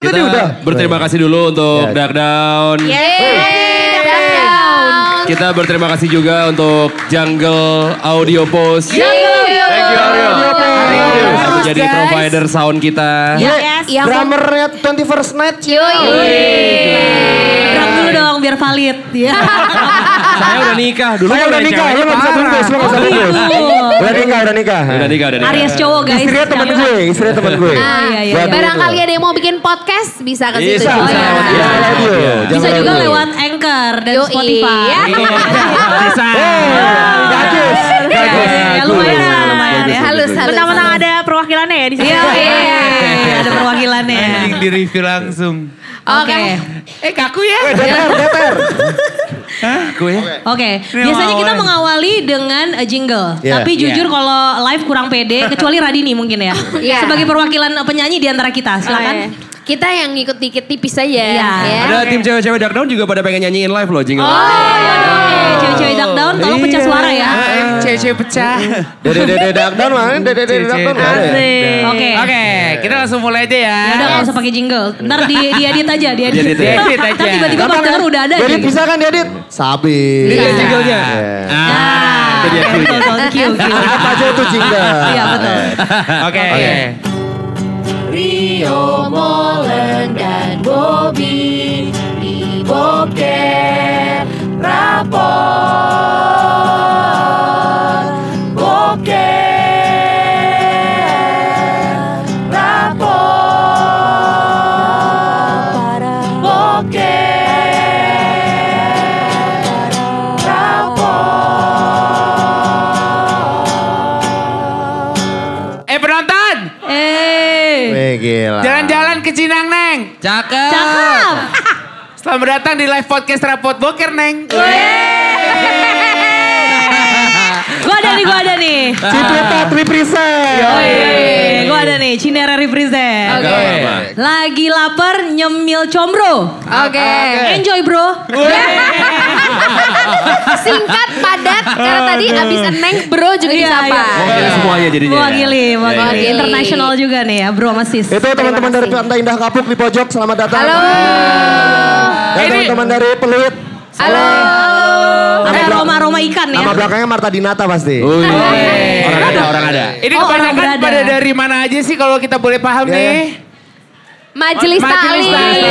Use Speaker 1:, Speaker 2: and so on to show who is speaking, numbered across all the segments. Speaker 1: Kita berterima kasih dulu untuk Dark Down.
Speaker 2: Iya, Yeay, down.
Speaker 1: Kita berterima kasih juga untuk Jungle Audio Post.
Speaker 2: Thank you,
Speaker 1: Yang menjadi provider sound kita.
Speaker 3: Iya,
Speaker 4: Ya,
Speaker 2: Yes.
Speaker 5: Yang
Speaker 6: Drummernya 21st Night.
Speaker 4: Gerak iya. dulu dong biar valid. Ya.
Speaker 1: Saya udah nikah dulu.
Speaker 6: Saya
Speaker 1: kan
Speaker 6: udah
Speaker 1: ada
Speaker 6: nikah, lu
Speaker 1: ceweknya,
Speaker 6: gak bisa
Speaker 1: parah. Oh,
Speaker 6: bungkus, lu gak bisa bungkus. Udah nikah, udah nikah.
Speaker 1: Udah nikah, udah nikah.
Speaker 4: Aries cowok guys.
Speaker 6: Istrinya temen gue, istrinya temen gue.
Speaker 4: Ah, iya, iya,
Speaker 6: Buat
Speaker 4: iya.
Speaker 2: Barangkali ada yang mau bikin podcast bisa ke situ.
Speaker 1: Bisa,
Speaker 2: juga.
Speaker 1: bisa lewat
Speaker 6: Iya,
Speaker 1: Iya.
Speaker 6: radio,
Speaker 1: Iya.
Speaker 6: jangan
Speaker 4: Bisa juga
Speaker 6: radio.
Speaker 4: lewat Anchor dan
Speaker 2: Yoi.
Speaker 4: Spotify.
Speaker 2: Iya.
Speaker 1: Bisa.
Speaker 6: Eh, Bagus,
Speaker 4: Ya,
Speaker 6: bagus.
Speaker 4: ya, lumayan lah, lumayan ya.
Speaker 2: Halus, halus.
Speaker 3: Mentang-mentang ada perwakilannya ya di sini.
Speaker 4: Iya, iya. ada perwakilannya.
Speaker 7: Mending di review langsung.
Speaker 2: Oke.
Speaker 4: Oke.
Speaker 3: Eh kaku ya.
Speaker 6: Deter, deter. ya?
Speaker 4: Oke, biasanya kita mengawali dengan eh, jingle.
Speaker 6: Iya.
Speaker 4: Tapi jujur kalau live kurang pede, kecuali Radini mungkin ya.
Speaker 2: Iya.
Speaker 4: Sebagai perwakilan eh, penyanyi di antara kita, silakan.
Speaker 2: Kita yang ngikut dikit tipis aja.
Speaker 4: Iya.
Speaker 2: ya.
Speaker 1: Ada tim cewek-cewek Dark Down juga pada pengen nyanyiin live loh jingle.
Speaker 4: Oh, Oke, iya, cewek-cewek duck down
Speaker 6: Iya.
Speaker 4: tolong pecah suara ya.
Speaker 3: Cewek-cewek pecah.
Speaker 6: Dede, dede, dark down mana? Dede, dede, dark down mana? ya?
Speaker 3: Asik.
Speaker 4: Oke.
Speaker 7: Oke, kita langsung mulai aja ya.
Speaker 4: Ya udah nggak usah pakai jingle. Ntar di diedit aja, diedit.
Speaker 1: Diedit ya?
Speaker 7: Diedit aja.
Speaker 4: Ntar tiba-tiba pas
Speaker 6: Gampang
Speaker 4: denger
Speaker 6: kan?
Speaker 4: udah ada
Speaker 6: Diedit
Speaker 4: gitu.
Speaker 6: bisa kan diedit? Sabi.
Speaker 1: Ini
Speaker 4: Iya.
Speaker 1: jinglenya.
Speaker 4: Ah,
Speaker 1: itu dia
Speaker 4: betul,
Speaker 1: cue-nya.
Speaker 4: betul, cue, cue.
Speaker 6: ya. Apa aja itu jingga.
Speaker 4: Iya, betul.
Speaker 7: Oke.
Speaker 6: Oke.
Speaker 2: Rio Molen dan Bobby di Boker Rapor. Boker Rapor. Boker
Speaker 7: Eh penonton,
Speaker 4: Eh,
Speaker 6: Wih, gila.
Speaker 7: jalan-jalan ke Cinang Neng.
Speaker 1: Cakep.
Speaker 4: cakep.
Speaker 7: Selamat datang di live podcast Rapot Boker Neng.
Speaker 4: Gua ada nih, gua ada nih.
Speaker 6: Ciputa, Triprisen. iya,
Speaker 4: Eh, Gua ada nih, Cinera represent.
Speaker 1: Gak apa-apa.
Speaker 4: Lagi lapar nyemil combro.
Speaker 2: Oke.
Speaker 4: Enjoy bro.
Speaker 2: Singkat, padat, karena tadi abis eneng bro juga
Speaker 4: Iya,
Speaker 2: disapa.
Speaker 4: iya.
Speaker 1: Mewakili semuanya jadinya. ya.
Speaker 4: Mewakili, mewakili.
Speaker 2: iya.
Speaker 4: International juga nih ya bro sama sis.
Speaker 6: Itu teman-teman dari Pantai Indah Kapuk di pojok, selamat datang.
Speaker 2: Halo.
Speaker 6: Dan teman-teman dari Peluit.
Speaker 2: Halo.
Speaker 4: Ada aroma-aroma ikan ya.
Speaker 6: Nama belakangnya Marta Dinata pasti.
Speaker 1: Wih. Orang ada, orang ada.
Speaker 7: Ini
Speaker 4: Oh,
Speaker 7: kebanyakan
Speaker 4: orang berada.
Speaker 7: pada dari mana aja sih kalau kita boleh paham
Speaker 6: Iya,
Speaker 7: nih?
Speaker 2: Majelis
Speaker 7: Majelis
Speaker 2: Taklim.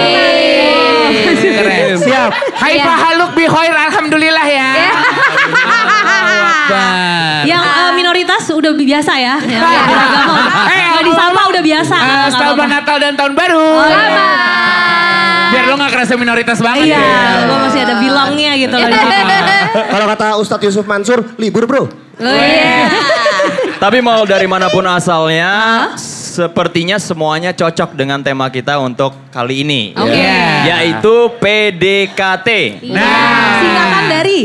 Speaker 7: Keren.
Speaker 6: Siap.
Speaker 7: Hai
Speaker 2: Iya.
Speaker 7: pahaluk bihoir alhamdulillah ya.
Speaker 4: Yang eh, minoritas udah biasa ya. Yang
Speaker 7: Iya.
Speaker 4: beragama.
Speaker 7: Eh,
Speaker 4: Yang disapa udah biasa.
Speaker 7: Ah,
Speaker 4: Nggak
Speaker 7: Selamat
Speaker 4: apa-apa.
Speaker 7: Natal dan Tahun Baru. Biar lo gak kerasa minoritas banget
Speaker 4: Iya,
Speaker 7: ya.
Speaker 4: gue masih ada bilangnya gitu loh. di sini.
Speaker 6: Kalau kata Ustadz Yusuf Mansur, libur
Speaker 4: Oh,
Speaker 6: bro.
Speaker 4: iya.
Speaker 8: Tapi mau dari manapun asalnya, sepertinya semuanya cocok dengan tema kita untuk kali ini. Ya.
Speaker 4: Oke.
Speaker 8: Yaitu PDKT.
Speaker 7: Nah.
Speaker 4: Singkatan dari.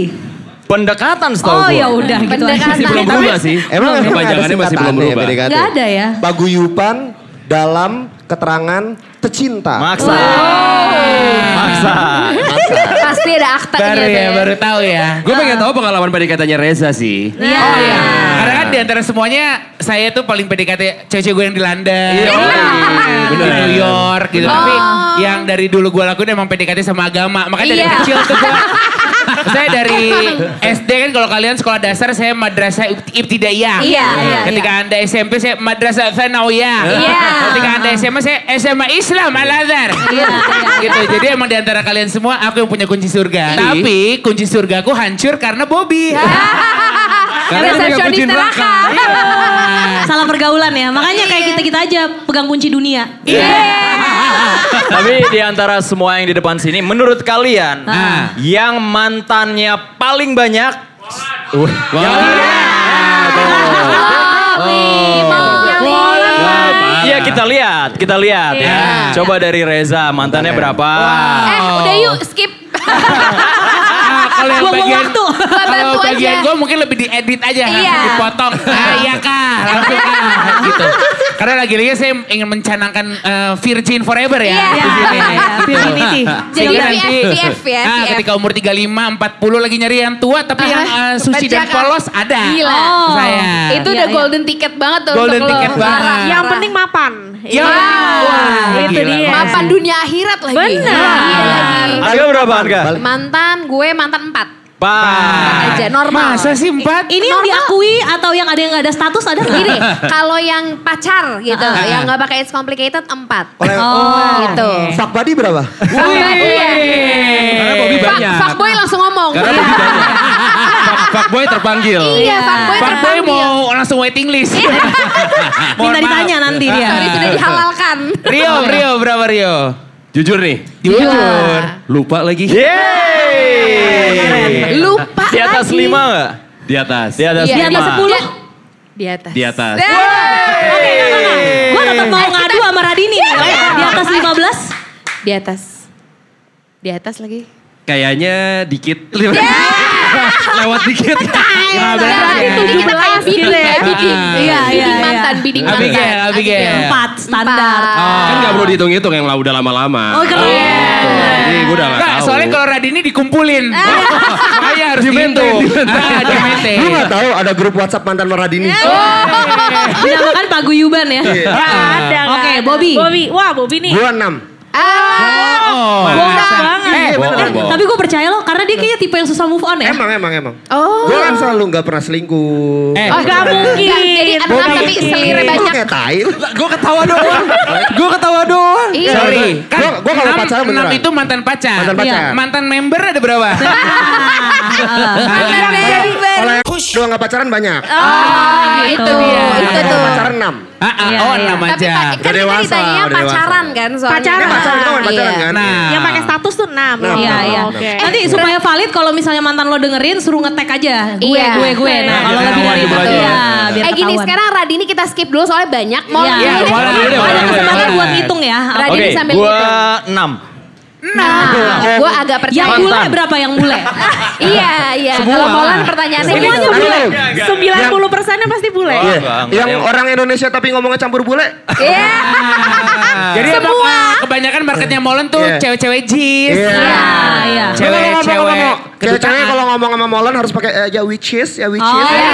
Speaker 8: Pendekatan setahu
Speaker 4: Oh
Speaker 8: gua.
Speaker 4: ya udah gitu aja.
Speaker 2: Pendekatan.
Speaker 1: Masih belum berubah sih.
Speaker 6: Emang emang ada
Speaker 1: kepanjangannya masih belum
Speaker 6: singkatannya
Speaker 1: berubah.
Speaker 6: PDKT?
Speaker 4: Nggak ada ya?
Speaker 6: Paguyupan dalam keterangan tercinta.
Speaker 8: Maksa. Maksa.
Speaker 2: Pasti ada akta
Speaker 7: Baru
Speaker 2: gitu
Speaker 7: ya, baru tahu ya.
Speaker 1: Gue pengen tahu pengalaman PDKT-nya Reza sih.
Speaker 4: Iya.
Speaker 7: Karena kan di antara semuanya saya tuh paling PDKT cewek-cewek gue yang di London, gitu. di
Speaker 1: bener.
Speaker 7: New York gitu. Tapi yang dari dulu gue lakuin emang PDKT sama agama. Makanya dari
Speaker 2: Oh. Iya.
Speaker 7: kecil tuh gue saya dari SD kan kalau kalian sekolah dasar saya madrasah Ibti- ibtidaiyah.
Speaker 2: Iya, iya,
Speaker 7: Ketika Anda SMP saya madrasah tsanawiyah.
Speaker 2: Iya.
Speaker 7: Ketika Anda SMA saya SMA Islam Al Azhar.
Speaker 4: Iya,
Speaker 7: gitu. Jadi emang di antara kalian semua aku yang punya kunci surga. Tapi kunci surgaku hancur karena Bobby.
Speaker 2: Karena
Speaker 7: kan
Speaker 2: resepsionis neraka.
Speaker 4: Salah pergaulan ya. Makanya kayak kita-kita aja pegang kunci dunia.
Speaker 2: Iya.
Speaker 8: Tapi di antara semua yang di depan sini, menurut kalian
Speaker 7: Ah.
Speaker 8: yang mantannya paling banyak Iya kita lihat, kita lihat ya. Coba dari Reza, mantannya berapa?
Speaker 7: Oh.
Speaker 2: Eh udah yuk skip.
Speaker 7: Ah, kalau yang
Speaker 4: Buang-buang
Speaker 7: bagian
Speaker 4: waktu.
Speaker 2: Iya,
Speaker 7: kalau
Speaker 2: Bantu
Speaker 7: bagian
Speaker 2: aja.
Speaker 7: gue mungkin lebih diedit aja
Speaker 2: Iya.
Speaker 7: dipotong ah iya kak langsung kak gitu karena lagi lagi saya ingin mencanangkan eh, virgin forever ya
Speaker 2: Iya.
Speaker 7: di sini.
Speaker 4: Femininity. Iya,
Speaker 2: Jadi
Speaker 7: Jadi nanti
Speaker 2: VF ya.
Speaker 7: ah,
Speaker 2: VF.
Speaker 7: ketika umur 35, 40 lagi nyari yang tua tapi yang
Speaker 2: Ah,
Speaker 7: eh, suci
Speaker 2: pecah,
Speaker 7: dan
Speaker 2: Kak.
Speaker 7: polos ada
Speaker 2: Gila. Oh.
Speaker 7: saya
Speaker 2: Itu
Speaker 4: Iya,
Speaker 2: udah
Speaker 4: iya.
Speaker 2: golden ticket banget tuh
Speaker 7: Golden
Speaker 2: untuk lo. Iya.
Speaker 7: ticket banget.
Speaker 3: Yang penting mapan. Ya. Wah, itu
Speaker 7: gila.
Speaker 3: dia.
Speaker 2: Mapan dunia akhirat lagi.
Speaker 3: Benar.
Speaker 2: Iya lagi.
Speaker 8: Harga berapa harga?
Speaker 2: Mantan gue mantan empat.
Speaker 8: Pak.
Speaker 2: Aja normal.
Speaker 7: Masa sih empat?
Speaker 4: Ini yang diakui atau yang ada yang nggak ada status ada nggak?
Speaker 2: Gini, kalau yang pacar gitu, yang nggak pakai it's complicated empat.
Speaker 6: Kalau yang-
Speaker 2: gitu.
Speaker 6: Fuck buddy eh, berapa?
Speaker 2: Sampai iya.
Speaker 1: Karena Bobby
Speaker 2: Fuck-
Speaker 1: banyak.
Speaker 2: Fuckboy langsung ngomong.
Speaker 1: Karena Bobby banyak. Fuck- Fuckboy terpanggil.
Speaker 2: Iya, fuckboy
Speaker 7: Pak Boy
Speaker 2: terpanggil.
Speaker 7: mau langsung waiting list. Mohon
Speaker 4: Iya. Minta
Speaker 7: maaf.
Speaker 4: ditanya nanti dia.
Speaker 2: Sorry, sudah dihalalkan.
Speaker 7: Rio, Rio berapa Rio?
Speaker 1: Jujur nih.
Speaker 2: Jujur.
Speaker 1: Lupa lagi.
Speaker 7: Iya.
Speaker 8: Yeay.
Speaker 2: Lupa
Speaker 8: Di atas
Speaker 2: lagi.
Speaker 8: lima nggak?
Speaker 1: Di atas.
Speaker 8: Di atas
Speaker 2: Iya.
Speaker 4: Di
Speaker 8: lima.
Speaker 4: atas sepuluh.
Speaker 2: Di atas.
Speaker 1: Di atas.
Speaker 2: Eh,
Speaker 4: Gue tetap mau ngadu sama Radini nih. Di atas 15.
Speaker 2: Di atas. Di atas lagi.
Speaker 1: Kayaknya dikit. Lewat dikit.
Speaker 2: Nah, berarti itu kita kayak bidding, kayak bidding.
Speaker 4: Iya, iya,
Speaker 2: bidding
Speaker 4: iya.
Speaker 2: mantan, bidding mantan.
Speaker 7: Abigail, Abigail.
Speaker 4: Empat standar.
Speaker 1: Kan gak perlu dihitung-hitung yang lah udah lama-lama.
Speaker 4: Oh keren.
Speaker 7: Iya.
Speaker 6: Oh, iya,
Speaker 1: Jadi gue udah gak
Speaker 7: Enggak,
Speaker 1: tahu.
Speaker 7: soalnya kalau Radini dikumpulin.
Speaker 4: Eh.
Speaker 7: Makanya harus dihitung. Ah, di maintain.
Speaker 6: Lu gak tahu ada grup WhatsApp mantan Maradini.
Speaker 4: Dinamakan paguyuban
Speaker 7: Iya.
Speaker 4: ya.
Speaker 3: Gak ada. gak
Speaker 4: Oke,
Speaker 3: ada.
Speaker 4: Bobby.
Speaker 3: Bobby. Wah, Bobby nih.
Speaker 6: Gua enam.
Speaker 2: Ah,
Speaker 7: Oh,
Speaker 3: Botak banget.
Speaker 7: Eh,
Speaker 4: Eh, tapi gue percaya lo karena dia kayaknya tipe yang susah move on ya.
Speaker 6: Emang, emang, emang.
Speaker 2: Oh.
Speaker 6: Gua kan selalu gak pernah selingkuh.
Speaker 7: Eh,
Speaker 2: Oh,
Speaker 3: Gak mungkin.
Speaker 2: Gak, jadi enam
Speaker 6: Bobby.
Speaker 2: tapi selirnya
Speaker 6: Lu
Speaker 2: banyak.
Speaker 6: kayak tai. lu.
Speaker 1: Gue ketawa doang. Gue ketawa doang.
Speaker 2: Iya.
Speaker 7: sorry. Kan
Speaker 6: Gua- gua kalau
Speaker 7: enam-
Speaker 6: pacaran
Speaker 7: enam
Speaker 6: beneran.
Speaker 7: itu mantan pacar.
Speaker 6: Mantan
Speaker 4: Iya.
Speaker 6: pacar.
Speaker 7: Mantan member ada berapa?
Speaker 2: Mantan member.
Speaker 6: Kalau yang doang gak pacaran banyak.
Speaker 2: Ah, itu. Itu
Speaker 6: Kalau
Speaker 2: tuh.
Speaker 6: pacaran enam.
Speaker 7: Ah, ah,
Speaker 4: Iya,
Speaker 7: oh,
Speaker 4: iya.
Speaker 7: enam
Speaker 2: Tapi
Speaker 7: aja.
Speaker 2: pa- kan
Speaker 6: Udah
Speaker 2: kita
Speaker 6: dewasa,
Speaker 2: ditanya
Speaker 6: udah dewasa.
Speaker 2: pacaran kan soalnya.
Speaker 3: Pacaran.
Speaker 6: Kan pacaran, kita kan pacaran
Speaker 2: Iya.
Speaker 6: kan?
Speaker 7: Nah,
Speaker 3: Yang pakai status tuh enam.
Speaker 6: Enam,
Speaker 4: Iya,
Speaker 6: enam,
Speaker 4: iya.
Speaker 6: enam.
Speaker 3: Oke.
Speaker 4: Nanti supaya valid kalau misalnya mantan lo dengerin suruh ngetek aja. Gue,
Speaker 2: Iya.
Speaker 4: gue, gue. Nah, kalau
Speaker 7: Iya,
Speaker 4: lebih dari
Speaker 7: betul.
Speaker 4: itu ya biar
Speaker 2: Eh gini,
Speaker 4: ketahuan.
Speaker 2: sekarang Radini kita skip dulu soalnya banyak. Mau
Speaker 4: Iya,
Speaker 2: ini-
Speaker 7: boleh, boleh,
Speaker 4: ada
Speaker 7: boleh,
Speaker 4: kesempatan
Speaker 7: boleh.
Speaker 4: buat hitung ya.
Speaker 2: Radini
Speaker 8: Oke,
Speaker 2: sambil
Speaker 8: gua
Speaker 2: hitung.
Speaker 8: enam.
Speaker 2: Nah, gue agak
Speaker 4: Yang
Speaker 2: percaya.
Speaker 4: bule berapa yang bule?
Speaker 2: iya, iya. Kalau Molan pertanyaannya
Speaker 6: Semuanya
Speaker 2: gitu.
Speaker 6: bule.
Speaker 3: Sembilan puluh persennya pasti bule.
Speaker 8: Iya.
Speaker 6: Iya. Yang orang Indonesia tapi ngomongnya campur bule.
Speaker 2: Iya.
Speaker 7: Jadi emang, eh, kebanyakan marketnya Molen tuh
Speaker 6: Iya.
Speaker 7: cewek-cewek jis.
Speaker 4: Iya, iya.
Speaker 7: Cewek-cewek.
Speaker 6: Cewek-cewek kalau ngomong sama Molan harus pakai eh, ya which is, ya which
Speaker 2: Oh,
Speaker 4: Oh,
Speaker 6: is.
Speaker 2: iya.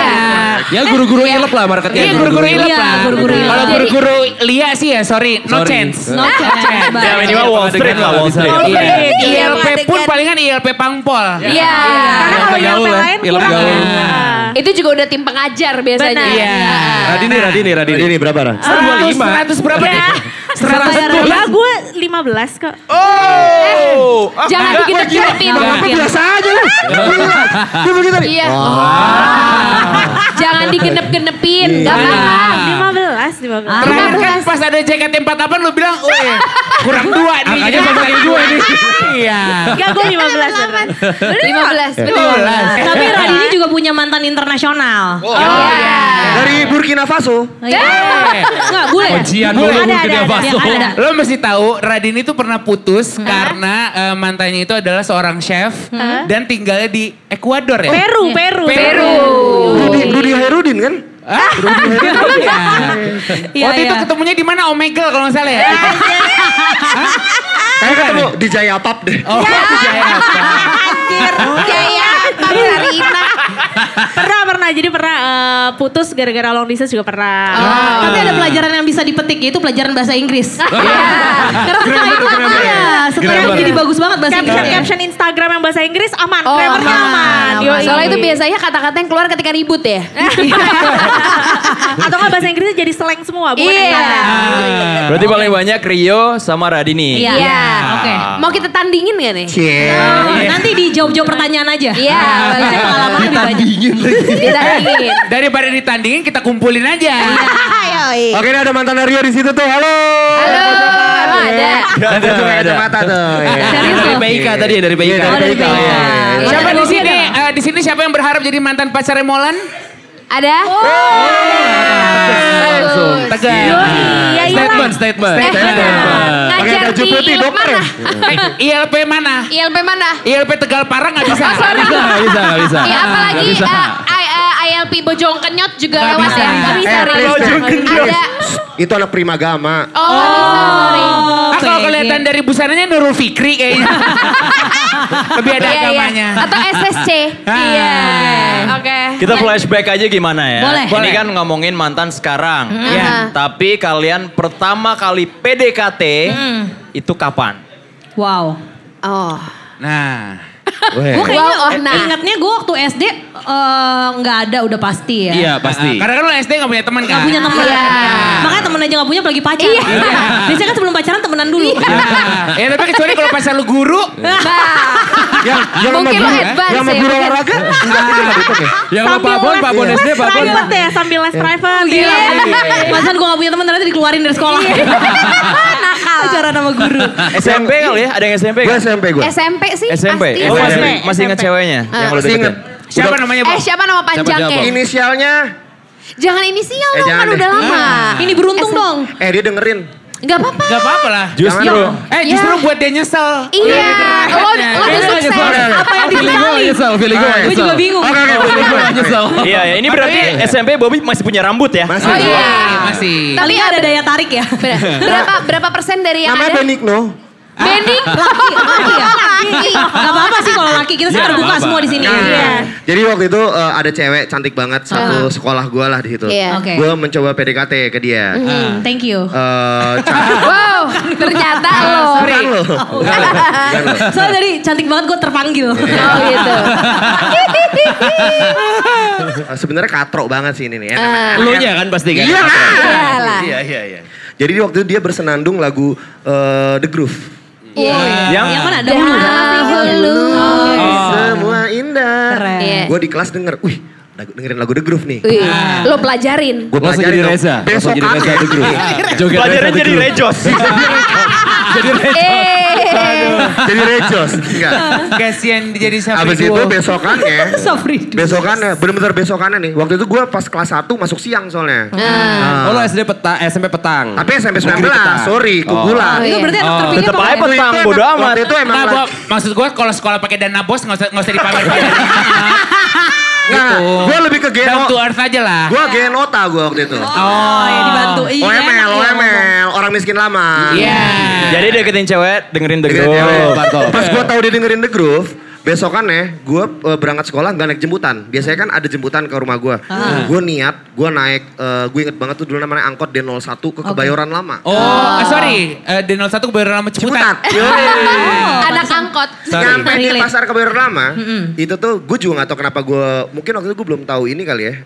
Speaker 1: Ya guru-guru ilep lah marketnya.
Speaker 7: Iya guru-guru ilap
Speaker 4: Iya,
Speaker 7: lah.
Speaker 4: guru-guru ilap.
Speaker 7: Kalau guru-guru Lia sih ya sorry, no
Speaker 1: Sorry. Iya.
Speaker 7: chance.
Speaker 4: No chance.
Speaker 8: Ya
Speaker 4: Baik.
Speaker 8: minimal Wall Street lah Wall Street.
Speaker 3: Wall
Speaker 7: Iya.
Speaker 3: Street.
Speaker 2: Iya,
Speaker 7: ILP pun
Speaker 2: adegan.
Speaker 7: palingan ILP Pangpol.
Speaker 2: Iya.
Speaker 3: Karena kalau
Speaker 1: Ilap
Speaker 3: yang
Speaker 1: gaul, ya.
Speaker 3: lain
Speaker 1: Ilap
Speaker 3: kurang.
Speaker 1: gaul.
Speaker 3: ya.
Speaker 2: Itu juga udah tim pengajar biasanya. Ah,
Speaker 3: Benar.
Speaker 7: Iya.
Speaker 1: Radini,
Speaker 8: Nah.
Speaker 1: Radini, Radini.
Speaker 6: Ini berapa
Speaker 8: Ah.
Speaker 6: Ra?
Speaker 1: Sekarang 25.
Speaker 7: 100 berapa ya?
Speaker 4: Iya,
Speaker 3: Ya gue 15 kok.
Speaker 8: Oh, ah,
Speaker 2: Jangan
Speaker 8: enggak.
Speaker 2: bikin deketin.
Speaker 4: Nah,
Speaker 6: Aku
Speaker 4: iya.
Speaker 6: biasa aja lu. Gila, Dia gitu begitu nih.
Speaker 2: Iya. Jangan digenep-genepin. Gak apa-apa.
Speaker 7: Ah.
Speaker 3: 15, 15.
Speaker 4: Iya.
Speaker 7: Terakhir kan pas ada JKT48 lu bilang, "Weh, kurang dua nih."
Speaker 1: Angkanya kurang dari dua nih.
Speaker 7: Iya.
Speaker 3: Enggak gue
Speaker 2: ya,
Speaker 3: 15. beneran.
Speaker 2: 15. Betul.
Speaker 7: Belas.
Speaker 4: Tapi Radini juga punya mantan internasional.
Speaker 2: Oh, Iya.
Speaker 6: Dari Burkina Faso.
Speaker 4: Iya. Enggak, bule.
Speaker 1: Ujian
Speaker 7: Boleh,
Speaker 1: dulu
Speaker 7: ada,
Speaker 1: mungkin dia
Speaker 4: ada,
Speaker 1: Faso.
Speaker 4: ada, ada.
Speaker 7: Lo mesti tahu Radini tuh pernah putus karena eh, mantannya itu adalah seorang chef dan tinggalnya di Ekuador ya.
Speaker 3: Peru, Peru.
Speaker 7: Peru.
Speaker 2: Oh.
Speaker 6: Rudi, Rudi Herudin kan?
Speaker 7: Ah, Iya.
Speaker 4: Iya,
Speaker 7: Waktu itu
Speaker 4: iya.
Speaker 7: ketemunya di mana Omegle kalau nggak salah ya.
Speaker 6: Kayak ketemu di Jayapap deh.
Speaker 7: Oh, Jaya.
Speaker 2: Anjir. Jaya. Tapi ya. hari ini.
Speaker 3: Pernah, pernah. Jadi pernah eh, putus gara-gara long distance juga pernah.
Speaker 4: Nah. Tapi ada pelajaran yang bisa dipetik yaitu pelajaran bahasa Inggris. Karena setelah itu iya, setelah itu
Speaker 1: Grammar.
Speaker 4: jadi bagus banget bahasa
Speaker 3: Caption,
Speaker 4: Inggrisnya.
Speaker 3: caption Instagram yang bahasa Inggris aman.
Speaker 2: Oh,
Speaker 3: Grammarnya aman.
Speaker 4: aman.
Speaker 3: Yoi.
Speaker 2: Soalnya itu biasanya kata-kata yang keluar ketika ribut ya.
Speaker 3: Atau nggak bahasa Inggrisnya jadi slang semua, bukan
Speaker 2: Iya.
Speaker 3: Instagram.
Speaker 8: Berarti paling banyak Rio sama Radini.
Speaker 4: Iya.
Speaker 8: Ah.
Speaker 2: Iya.
Speaker 4: Oke.
Speaker 2: Mau kita tandingin gak nih?
Speaker 6: Cie.
Speaker 4: Oh, Nanti dijawab-jawab pertanyaan aja.
Speaker 2: Iya.
Speaker 4: Jadi pengalaman lebih banyak.
Speaker 2: Kita tandingin.
Speaker 7: Daripada ditandingin kita kumpulin aja.
Speaker 6: Oke, ini ada mantan Rio di situ tuh. Halo.
Speaker 2: Halo. emang Ada.
Speaker 6: Ada tuh kayak
Speaker 8: ada.
Speaker 6: kacamata tuh. Iya.
Speaker 4: Serius
Speaker 8: Dari
Speaker 4: loh.
Speaker 8: PIK tadi ya, dari PIK.
Speaker 6: Iya, dari
Speaker 4: dari
Speaker 7: Oh,
Speaker 6: PIK.
Speaker 4: PIK.
Speaker 6: Iya, iya, iya.
Speaker 7: Siapa di sini? Eh, di sini siapa yang berharap jadi mantan pacarnya Molan?
Speaker 2: Ada.
Speaker 1: Langsung.
Speaker 2: Bagus.
Speaker 7: Tegas.
Speaker 3: Iya, iya.
Speaker 1: Statement, statement.
Speaker 2: Eh,
Speaker 6: Pakai
Speaker 2: ngajar
Speaker 6: baju
Speaker 2: di
Speaker 6: putih,
Speaker 2: ILP
Speaker 6: dokter.
Speaker 2: mana?
Speaker 7: Eh, ILP mana?
Speaker 2: ILP Iya, mana?
Speaker 7: ILP Tegal Parang nggak
Speaker 2: Ah,
Speaker 7: bisa.
Speaker 1: Bisa, nggak bisa, nggak bisa.
Speaker 2: Iya, apalagi
Speaker 1: Nggak bisa.
Speaker 2: eh, I- eh, ILP Bojong Kenyot juga
Speaker 7: Nggak
Speaker 2: lewat
Speaker 7: bisa.
Speaker 2: ya. Nggak bisa,
Speaker 6: Eh,
Speaker 2: Riz.
Speaker 6: please,
Speaker 2: Ada.
Speaker 6: Itu anak Primagama.
Speaker 2: Oh, nggak bisa, sorry.
Speaker 7: Ah, Karena kalau kelihatan dari busananya Nurul Fikri kayaknya. Lebih ada
Speaker 2: Iya, iya.
Speaker 7: agamanya.
Speaker 2: Atau SSC.
Speaker 7: Ah.
Speaker 2: Iya. Oke.
Speaker 8: Kita flashback aja gimana ya?
Speaker 4: Boleh.
Speaker 8: Ini kan ngomongin mantan sekarang.
Speaker 7: Iya.
Speaker 8: Tapi kalian pertama kali PDKT itu kapan?
Speaker 4: Wow.
Speaker 2: Oh.
Speaker 7: Nah.
Speaker 4: Gue kayaknya
Speaker 2: Wow, oh, nah.
Speaker 4: ingatnya gue waktu SD eh, nggak ada udah pasti ya.
Speaker 1: Iya pasti.
Speaker 7: Karena kan lu SD gak punya teman kan?
Speaker 4: Gak punya teman.
Speaker 2: Iya.
Speaker 4: Makanya temen aja gak punya apalagi pacar. Biasanya kan sebelum pacaran temenan dulu.
Speaker 2: Iya.
Speaker 4: Iya.
Speaker 7: Nah, ya tapi kecuali kalau pacar lu guru.
Speaker 6: Yang yang sama
Speaker 2: Mungkin lo
Speaker 6: guru,
Speaker 2: advance
Speaker 6: yang sama
Speaker 2: ya,
Speaker 6: guru
Speaker 2: mungkin.
Speaker 6: olahraga.
Speaker 1: Yang sama Pak Bon, Pak Bon SD, Pak Bon.
Speaker 3: private ya, sambil les private.
Speaker 2: Iya.
Speaker 3: Gila.
Speaker 6: Iya.
Speaker 4: Masan gue gak punya teman ternyata dikeluarin dari sekolah. Nakal. Pacaran sama guru.
Speaker 8: SMP kali ya? Ada yang SMP
Speaker 6: Gue
Speaker 8: kan?
Speaker 6: SMP gue.
Speaker 2: SMP sih
Speaker 8: SMP.
Speaker 2: pasti.
Speaker 8: Oh,
Speaker 6: SMP.
Speaker 8: masih, masih ingat ceweknya yang lu
Speaker 6: Masih
Speaker 8: deketin?
Speaker 6: inget.
Speaker 7: Siapa namanya, Bu?
Speaker 2: Eh siapa nama
Speaker 1: siapa?
Speaker 2: panjangnya?
Speaker 6: Inisialnya,
Speaker 2: Jangan inisial
Speaker 6: Eh,
Speaker 2: dong
Speaker 6: jangan
Speaker 2: kan
Speaker 6: deh. Ah.
Speaker 2: udah lama.
Speaker 4: Ini beruntung dong.
Speaker 6: eh dia dengerin.
Speaker 2: Gak apa-apa. Ya.
Speaker 7: Gak apa-apa lah.
Speaker 8: Justru.
Speaker 7: Eh justru buat dia nyesel.
Speaker 2: Iya. Lo, lo udah sukses. Apa yang
Speaker 1: Iya, Feeling gue
Speaker 2: dikali?
Speaker 1: nyesel, feeling gue
Speaker 6: Oke.
Speaker 4: Gue juga
Speaker 1: nyesel.
Speaker 4: bingung.
Speaker 6: Oke oke.
Speaker 1: Feeling gue nyesel.
Speaker 8: Iya, ya. ini berarti SMP Bobby masih punya rambut ya?
Speaker 6: Masih.
Speaker 2: Oh iya.
Speaker 7: Eh, Masih.
Speaker 4: Tapi ada daya tarik ya.
Speaker 2: Bener. Berapa berapa persen dari yang
Speaker 6: Namanya
Speaker 2: ada? Oh,
Speaker 6: Benigno.
Speaker 2: Bening.
Speaker 4: Laki ya?
Speaker 2: Laki.
Speaker 4: Gak apa-apa sih kalau laki kita sih
Speaker 1: Iya,
Speaker 4: terbuka
Speaker 1: apa-apa.
Speaker 4: semua di sini.
Speaker 6: Nah,
Speaker 4: Iya.
Speaker 6: Jadi waktu itu eh, ada cewek cantik banget satu sekolah gue lah di situ.
Speaker 2: Iya. Mm-hmm.
Speaker 4: Oke.
Speaker 6: Gue mencoba PDKT ke dia.
Speaker 4: Hmm, Thank you.
Speaker 6: Eh, cantik.
Speaker 2: Wow, ternyata
Speaker 6: Ah,
Speaker 2: lo.
Speaker 6: Bukan lo.
Speaker 4: Soalnya dari cantik banget gue terpanggil.
Speaker 2: Oh gitu.
Speaker 6: Eh, Sebenarnya katrok banget sih ini nih. Ya.
Speaker 1: Lu nya kan pasti kan?
Speaker 6: Iya lah.
Speaker 2: Ah. Iyalah.
Speaker 6: Iya iya iya. Jadi waktu itu dia bersenandung lagu eh, The Groove. Iya.
Speaker 8: Yang
Speaker 4: Yang mana Oh, iya. ada hulu.
Speaker 2: Dahulu.
Speaker 6: Semua indah.
Speaker 4: Keren.
Speaker 2: Iya.
Speaker 6: Gue di kelas denger, wih lagu- dengerin lagu The Groove nih.
Speaker 2: Wih, Lo pelajarin.
Speaker 6: Gue
Speaker 1: Langsung jadi Reza. Langsung
Speaker 6: Besok
Speaker 1: jadi Reza The Groove. Joget
Speaker 8: Pelajaran
Speaker 1: Reza The
Speaker 8: jadi
Speaker 1: Groove.
Speaker 8: rejos.
Speaker 1: Jadi Reza.
Speaker 2: Eh.
Speaker 6: jadi Rejos. Enggak.
Speaker 7: Kasian jadi
Speaker 6: Abis
Speaker 7: Safri
Speaker 6: itu
Speaker 7: Duo.
Speaker 6: besokannya.
Speaker 4: Safri.
Speaker 6: besokannya, bener-bener besokannya nih. Waktu itu gue pas kelas 1 masuk siang
Speaker 2: Ah.
Speaker 6: soalnya. Nah.
Speaker 1: Oh lu SD petang, SMP petang.
Speaker 6: Tapi SMP
Speaker 1: Negeri petang.
Speaker 6: 19, sorry,
Speaker 2: Oh,
Speaker 6: kubulan.
Speaker 4: Itu
Speaker 2: iya.
Speaker 4: berarti anak terpilih
Speaker 8: Tetep
Speaker 4: apa
Speaker 8: aja
Speaker 4: enggak ya?
Speaker 8: petang, bodo amat.
Speaker 6: Waktu itu emang
Speaker 7: Nah, gua,
Speaker 6: lagi-
Speaker 7: maksud gue kalau sekolah pakai dana bos nggak usah nggak usah dipamer-pamer.
Speaker 6: Nah, gue lebih ke
Speaker 7: Down
Speaker 6: geno.
Speaker 7: to earth aja lah.
Speaker 6: Gue genota gue waktu itu.
Speaker 4: Oh, ya dibantu. Iya, enak
Speaker 6: OML,
Speaker 4: ya ngomong.
Speaker 6: OML, orang miskin lama.
Speaker 7: Iya.
Speaker 8: Jadi deketin cewek, dengerin The
Speaker 6: Dengerin cewek.
Speaker 8: Groove.
Speaker 1: Parto.
Speaker 6: Pas
Speaker 4: Iya.
Speaker 6: gue tahu dia dengerin The Groove, besokannya gue berangkat sekolah nggak naik jemputan. Biasanya kan ada jemputan ke rumah gue.
Speaker 4: Ah.
Speaker 6: Gue niat, gue naik, gue inget banget tuh dulu namanya angkot D01 ke Kebayoran Lama.
Speaker 7: Oh, eh, sorry. Eh, D01 kebayoran lama
Speaker 6: Ciputat.
Speaker 7: Ciputat.
Speaker 2: Anak angkot.
Speaker 6: Nyampe di
Speaker 4: Relate.
Speaker 6: pasar Kebayoran Lama, itu tuh gue juga gak tau kenapa gue, mungkin waktu itu gue belum tahu ini kali ya.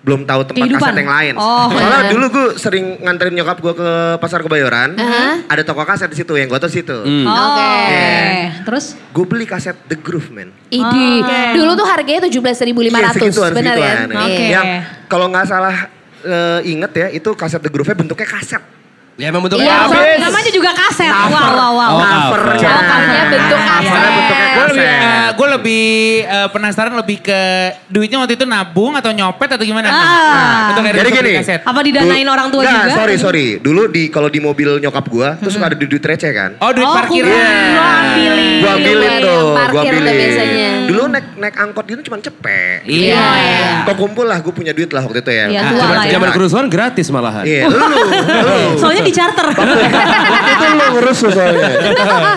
Speaker 6: Belum tahu tempat
Speaker 4: Kehidupan.
Speaker 6: kaset yang lain.
Speaker 4: Oh.
Speaker 6: Soalnya dulu gue sering nganterin nyokap gue ke pasar Kebayoran.
Speaker 2: Uh-huh.
Speaker 6: Ada toko kaset di situ yang gue tau situ.
Speaker 2: Oh.
Speaker 4: Oke.
Speaker 6: Oke.
Speaker 4: Terus
Speaker 6: Gue beli kaset The Groove, man.
Speaker 2: Idi. Dulu tuh harganya 17.500.
Speaker 6: segituan,
Speaker 2: Iya, Benar ya?
Speaker 6: segituan.
Speaker 2: Iya.
Speaker 4: Oke.
Speaker 6: Yang kalau nggak salah eh, inget ya, itu kaset The Groove-nya bentuknya kaset.
Speaker 1: Ya emang bentuknya
Speaker 2: Iya,
Speaker 1: apa?
Speaker 4: soalnya namanya juga kaset. Wow, wow, wow.
Speaker 1: Oh,
Speaker 6: Covernya.
Speaker 1: cover.
Speaker 2: Covernya bentuk kaset. Iya.
Speaker 6: Soalnya bentuknya
Speaker 7: Gue lebih,
Speaker 6: kaset.
Speaker 7: eh, Iya. gua lebih eh, penasaran lebih ke duitnya waktu itu nabung atau nyopet atau gimana? Nah,
Speaker 4: Ah.
Speaker 7: Untuk akhirnya
Speaker 6: Jadi
Speaker 7: bisa beli
Speaker 6: gini.
Speaker 7: kaset.
Speaker 4: Apa didanain
Speaker 6: Dulu-
Speaker 4: orang tua
Speaker 6: Nggak,
Speaker 4: juga?
Speaker 6: sorry, sorry. Dulu di kalau di mobil nyokap gua, tuh suka ada duit receh kan.
Speaker 7: Oh, duit
Speaker 4: Oh,
Speaker 7: parkiran.
Speaker 4: kumpulin, lo ambilin.
Speaker 6: Gua ambilin
Speaker 2: Yang
Speaker 6: tuh, gua
Speaker 2: parkir tuh
Speaker 6: ambilin.
Speaker 2: biasanya.
Speaker 6: Dulu naik naik angkot gitu cuma cepet.
Speaker 7: Iya.
Speaker 2: Oh,
Speaker 6: Kok kumpul lah, gue punya duit lah waktu itu ya.
Speaker 4: Iya,
Speaker 6: Nah,
Speaker 4: tua
Speaker 6: cuma
Speaker 4: lah ya.
Speaker 1: Zaman
Speaker 6: cepet.
Speaker 1: kerusuhan gratis malahan.
Speaker 6: Iya, lu, lu.
Speaker 4: Soalnya di charter.
Speaker 6: Waktu itu lu ngerusuh soalnya.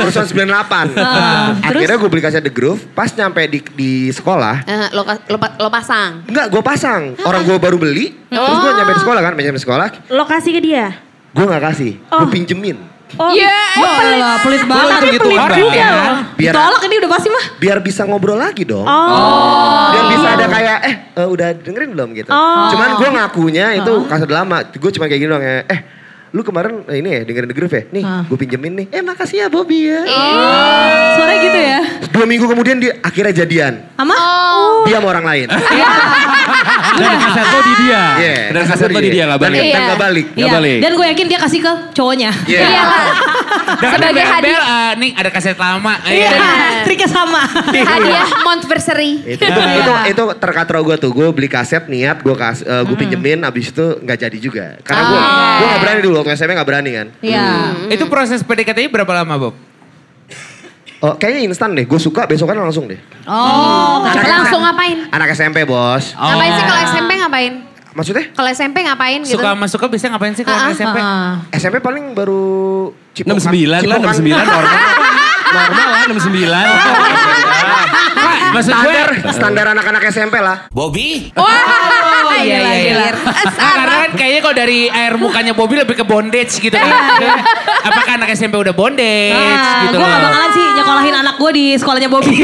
Speaker 6: Kerusuhan 98.
Speaker 4: Ah,
Speaker 6: Akhirnya gue beli kaset The Groove, pas nyampe di, di sekolah,
Speaker 2: Eh, lo, kas- lo pa- lo pasang.
Speaker 6: Enggak, gue pasang. Orang gue baru beli, terus gue nyampe di
Speaker 4: Oh.
Speaker 6: sekolah kan, nyampe di sekolah,
Speaker 3: Lokasi ke dia.
Speaker 6: gue gak kasih, gue pinjemin.
Speaker 3: Oh,
Speaker 4: Ya Allah, pelit banget.
Speaker 7: Tapi pelit
Speaker 4: Orang
Speaker 7: juga
Speaker 4: ya.
Speaker 7: loh.
Speaker 6: Biar-
Speaker 4: Ditolak ini udah pasti mah.
Speaker 6: Biar bisa ngobrol lagi dong.
Speaker 3: Oh,
Speaker 6: Biar bisa ada kayak, eh eh, udah dengerin belum gitu. Cuman gue ngakunya itu kaset lama, gue cuma kayak gini doang ya, eh lu kemarin eh, ini ya dengerin The Groove ya? Nih, gue pinjemin nih. Eh makasih ya Bobby ya.
Speaker 4: Suaranya gitu ya.
Speaker 6: Dua minggu kemudian dia akhirnya jadian.
Speaker 4: Ama?
Speaker 2: Oh.
Speaker 6: Dia sama orang lain.
Speaker 1: Dan kaset lo di dia.
Speaker 6: Iya.
Speaker 1: Dan kaset lo di dia gak balik.
Speaker 6: Dan, dan
Speaker 2: Iya.
Speaker 6: gak balik.
Speaker 1: Nggak balik.
Speaker 4: Dan gue yakin dia kasih ke cowoknya.
Speaker 6: Iya.
Speaker 2: Iya lah. Sebagai
Speaker 7: Nah, Bel,
Speaker 2: hadiah.
Speaker 7: eh, nih ada kaset lama.
Speaker 4: Iya.
Speaker 7: Iya.
Speaker 4: Triknya sama.
Speaker 2: Hadiah
Speaker 1: Iya.
Speaker 2: Montversary.
Speaker 6: itu itu itu terkatro gue tuh gue beli kaset niat gue kas eh, gue pinjemin abis itu nggak jadi juga karena gue gue nggak berani dulu waktu SMA nggak berani kan
Speaker 4: Iya.
Speaker 7: Itu proses PDKT-nya berapa lama, Bob?
Speaker 6: oh kayaknya instan deh gue suka besokan langsung deh
Speaker 4: Oh.
Speaker 1: Iya.
Speaker 6: Anak
Speaker 2: Langsung
Speaker 6: SMP.
Speaker 2: ngapain?
Speaker 6: anak SMP bos
Speaker 2: Ngapain
Speaker 1: Oh.
Speaker 2: sih kalau SMP ngapain?
Speaker 6: maksudnya
Speaker 2: Kalau SMP ngapain gitu?
Speaker 7: Suka sama suka biasanya ngapain sih kalau
Speaker 2: Ah,
Speaker 7: SMP?
Speaker 4: Ah.
Speaker 6: SMP paling baru Cipokan.
Speaker 1: 69 lah,
Speaker 6: Cipokan.
Speaker 1: 69 normal. Normal lah 69.
Speaker 2: ah.
Speaker 7: Pak, maksud gue...
Speaker 6: Standar, standar anak-anak SMP lah.
Speaker 5: Bobby,
Speaker 7: Oh, iya, iya, iya. Nah, karena kan kayaknya kalau dari air mukanya Bobby lebih ke bondage gitu kan.
Speaker 2: Iya.
Speaker 7: Apakah anak SMP udah bondage
Speaker 4: Ah,
Speaker 7: gitu
Speaker 4: gue gak
Speaker 7: loh.
Speaker 4: bakalan sih nyekolahin anak gue di sekolahnya Bobby.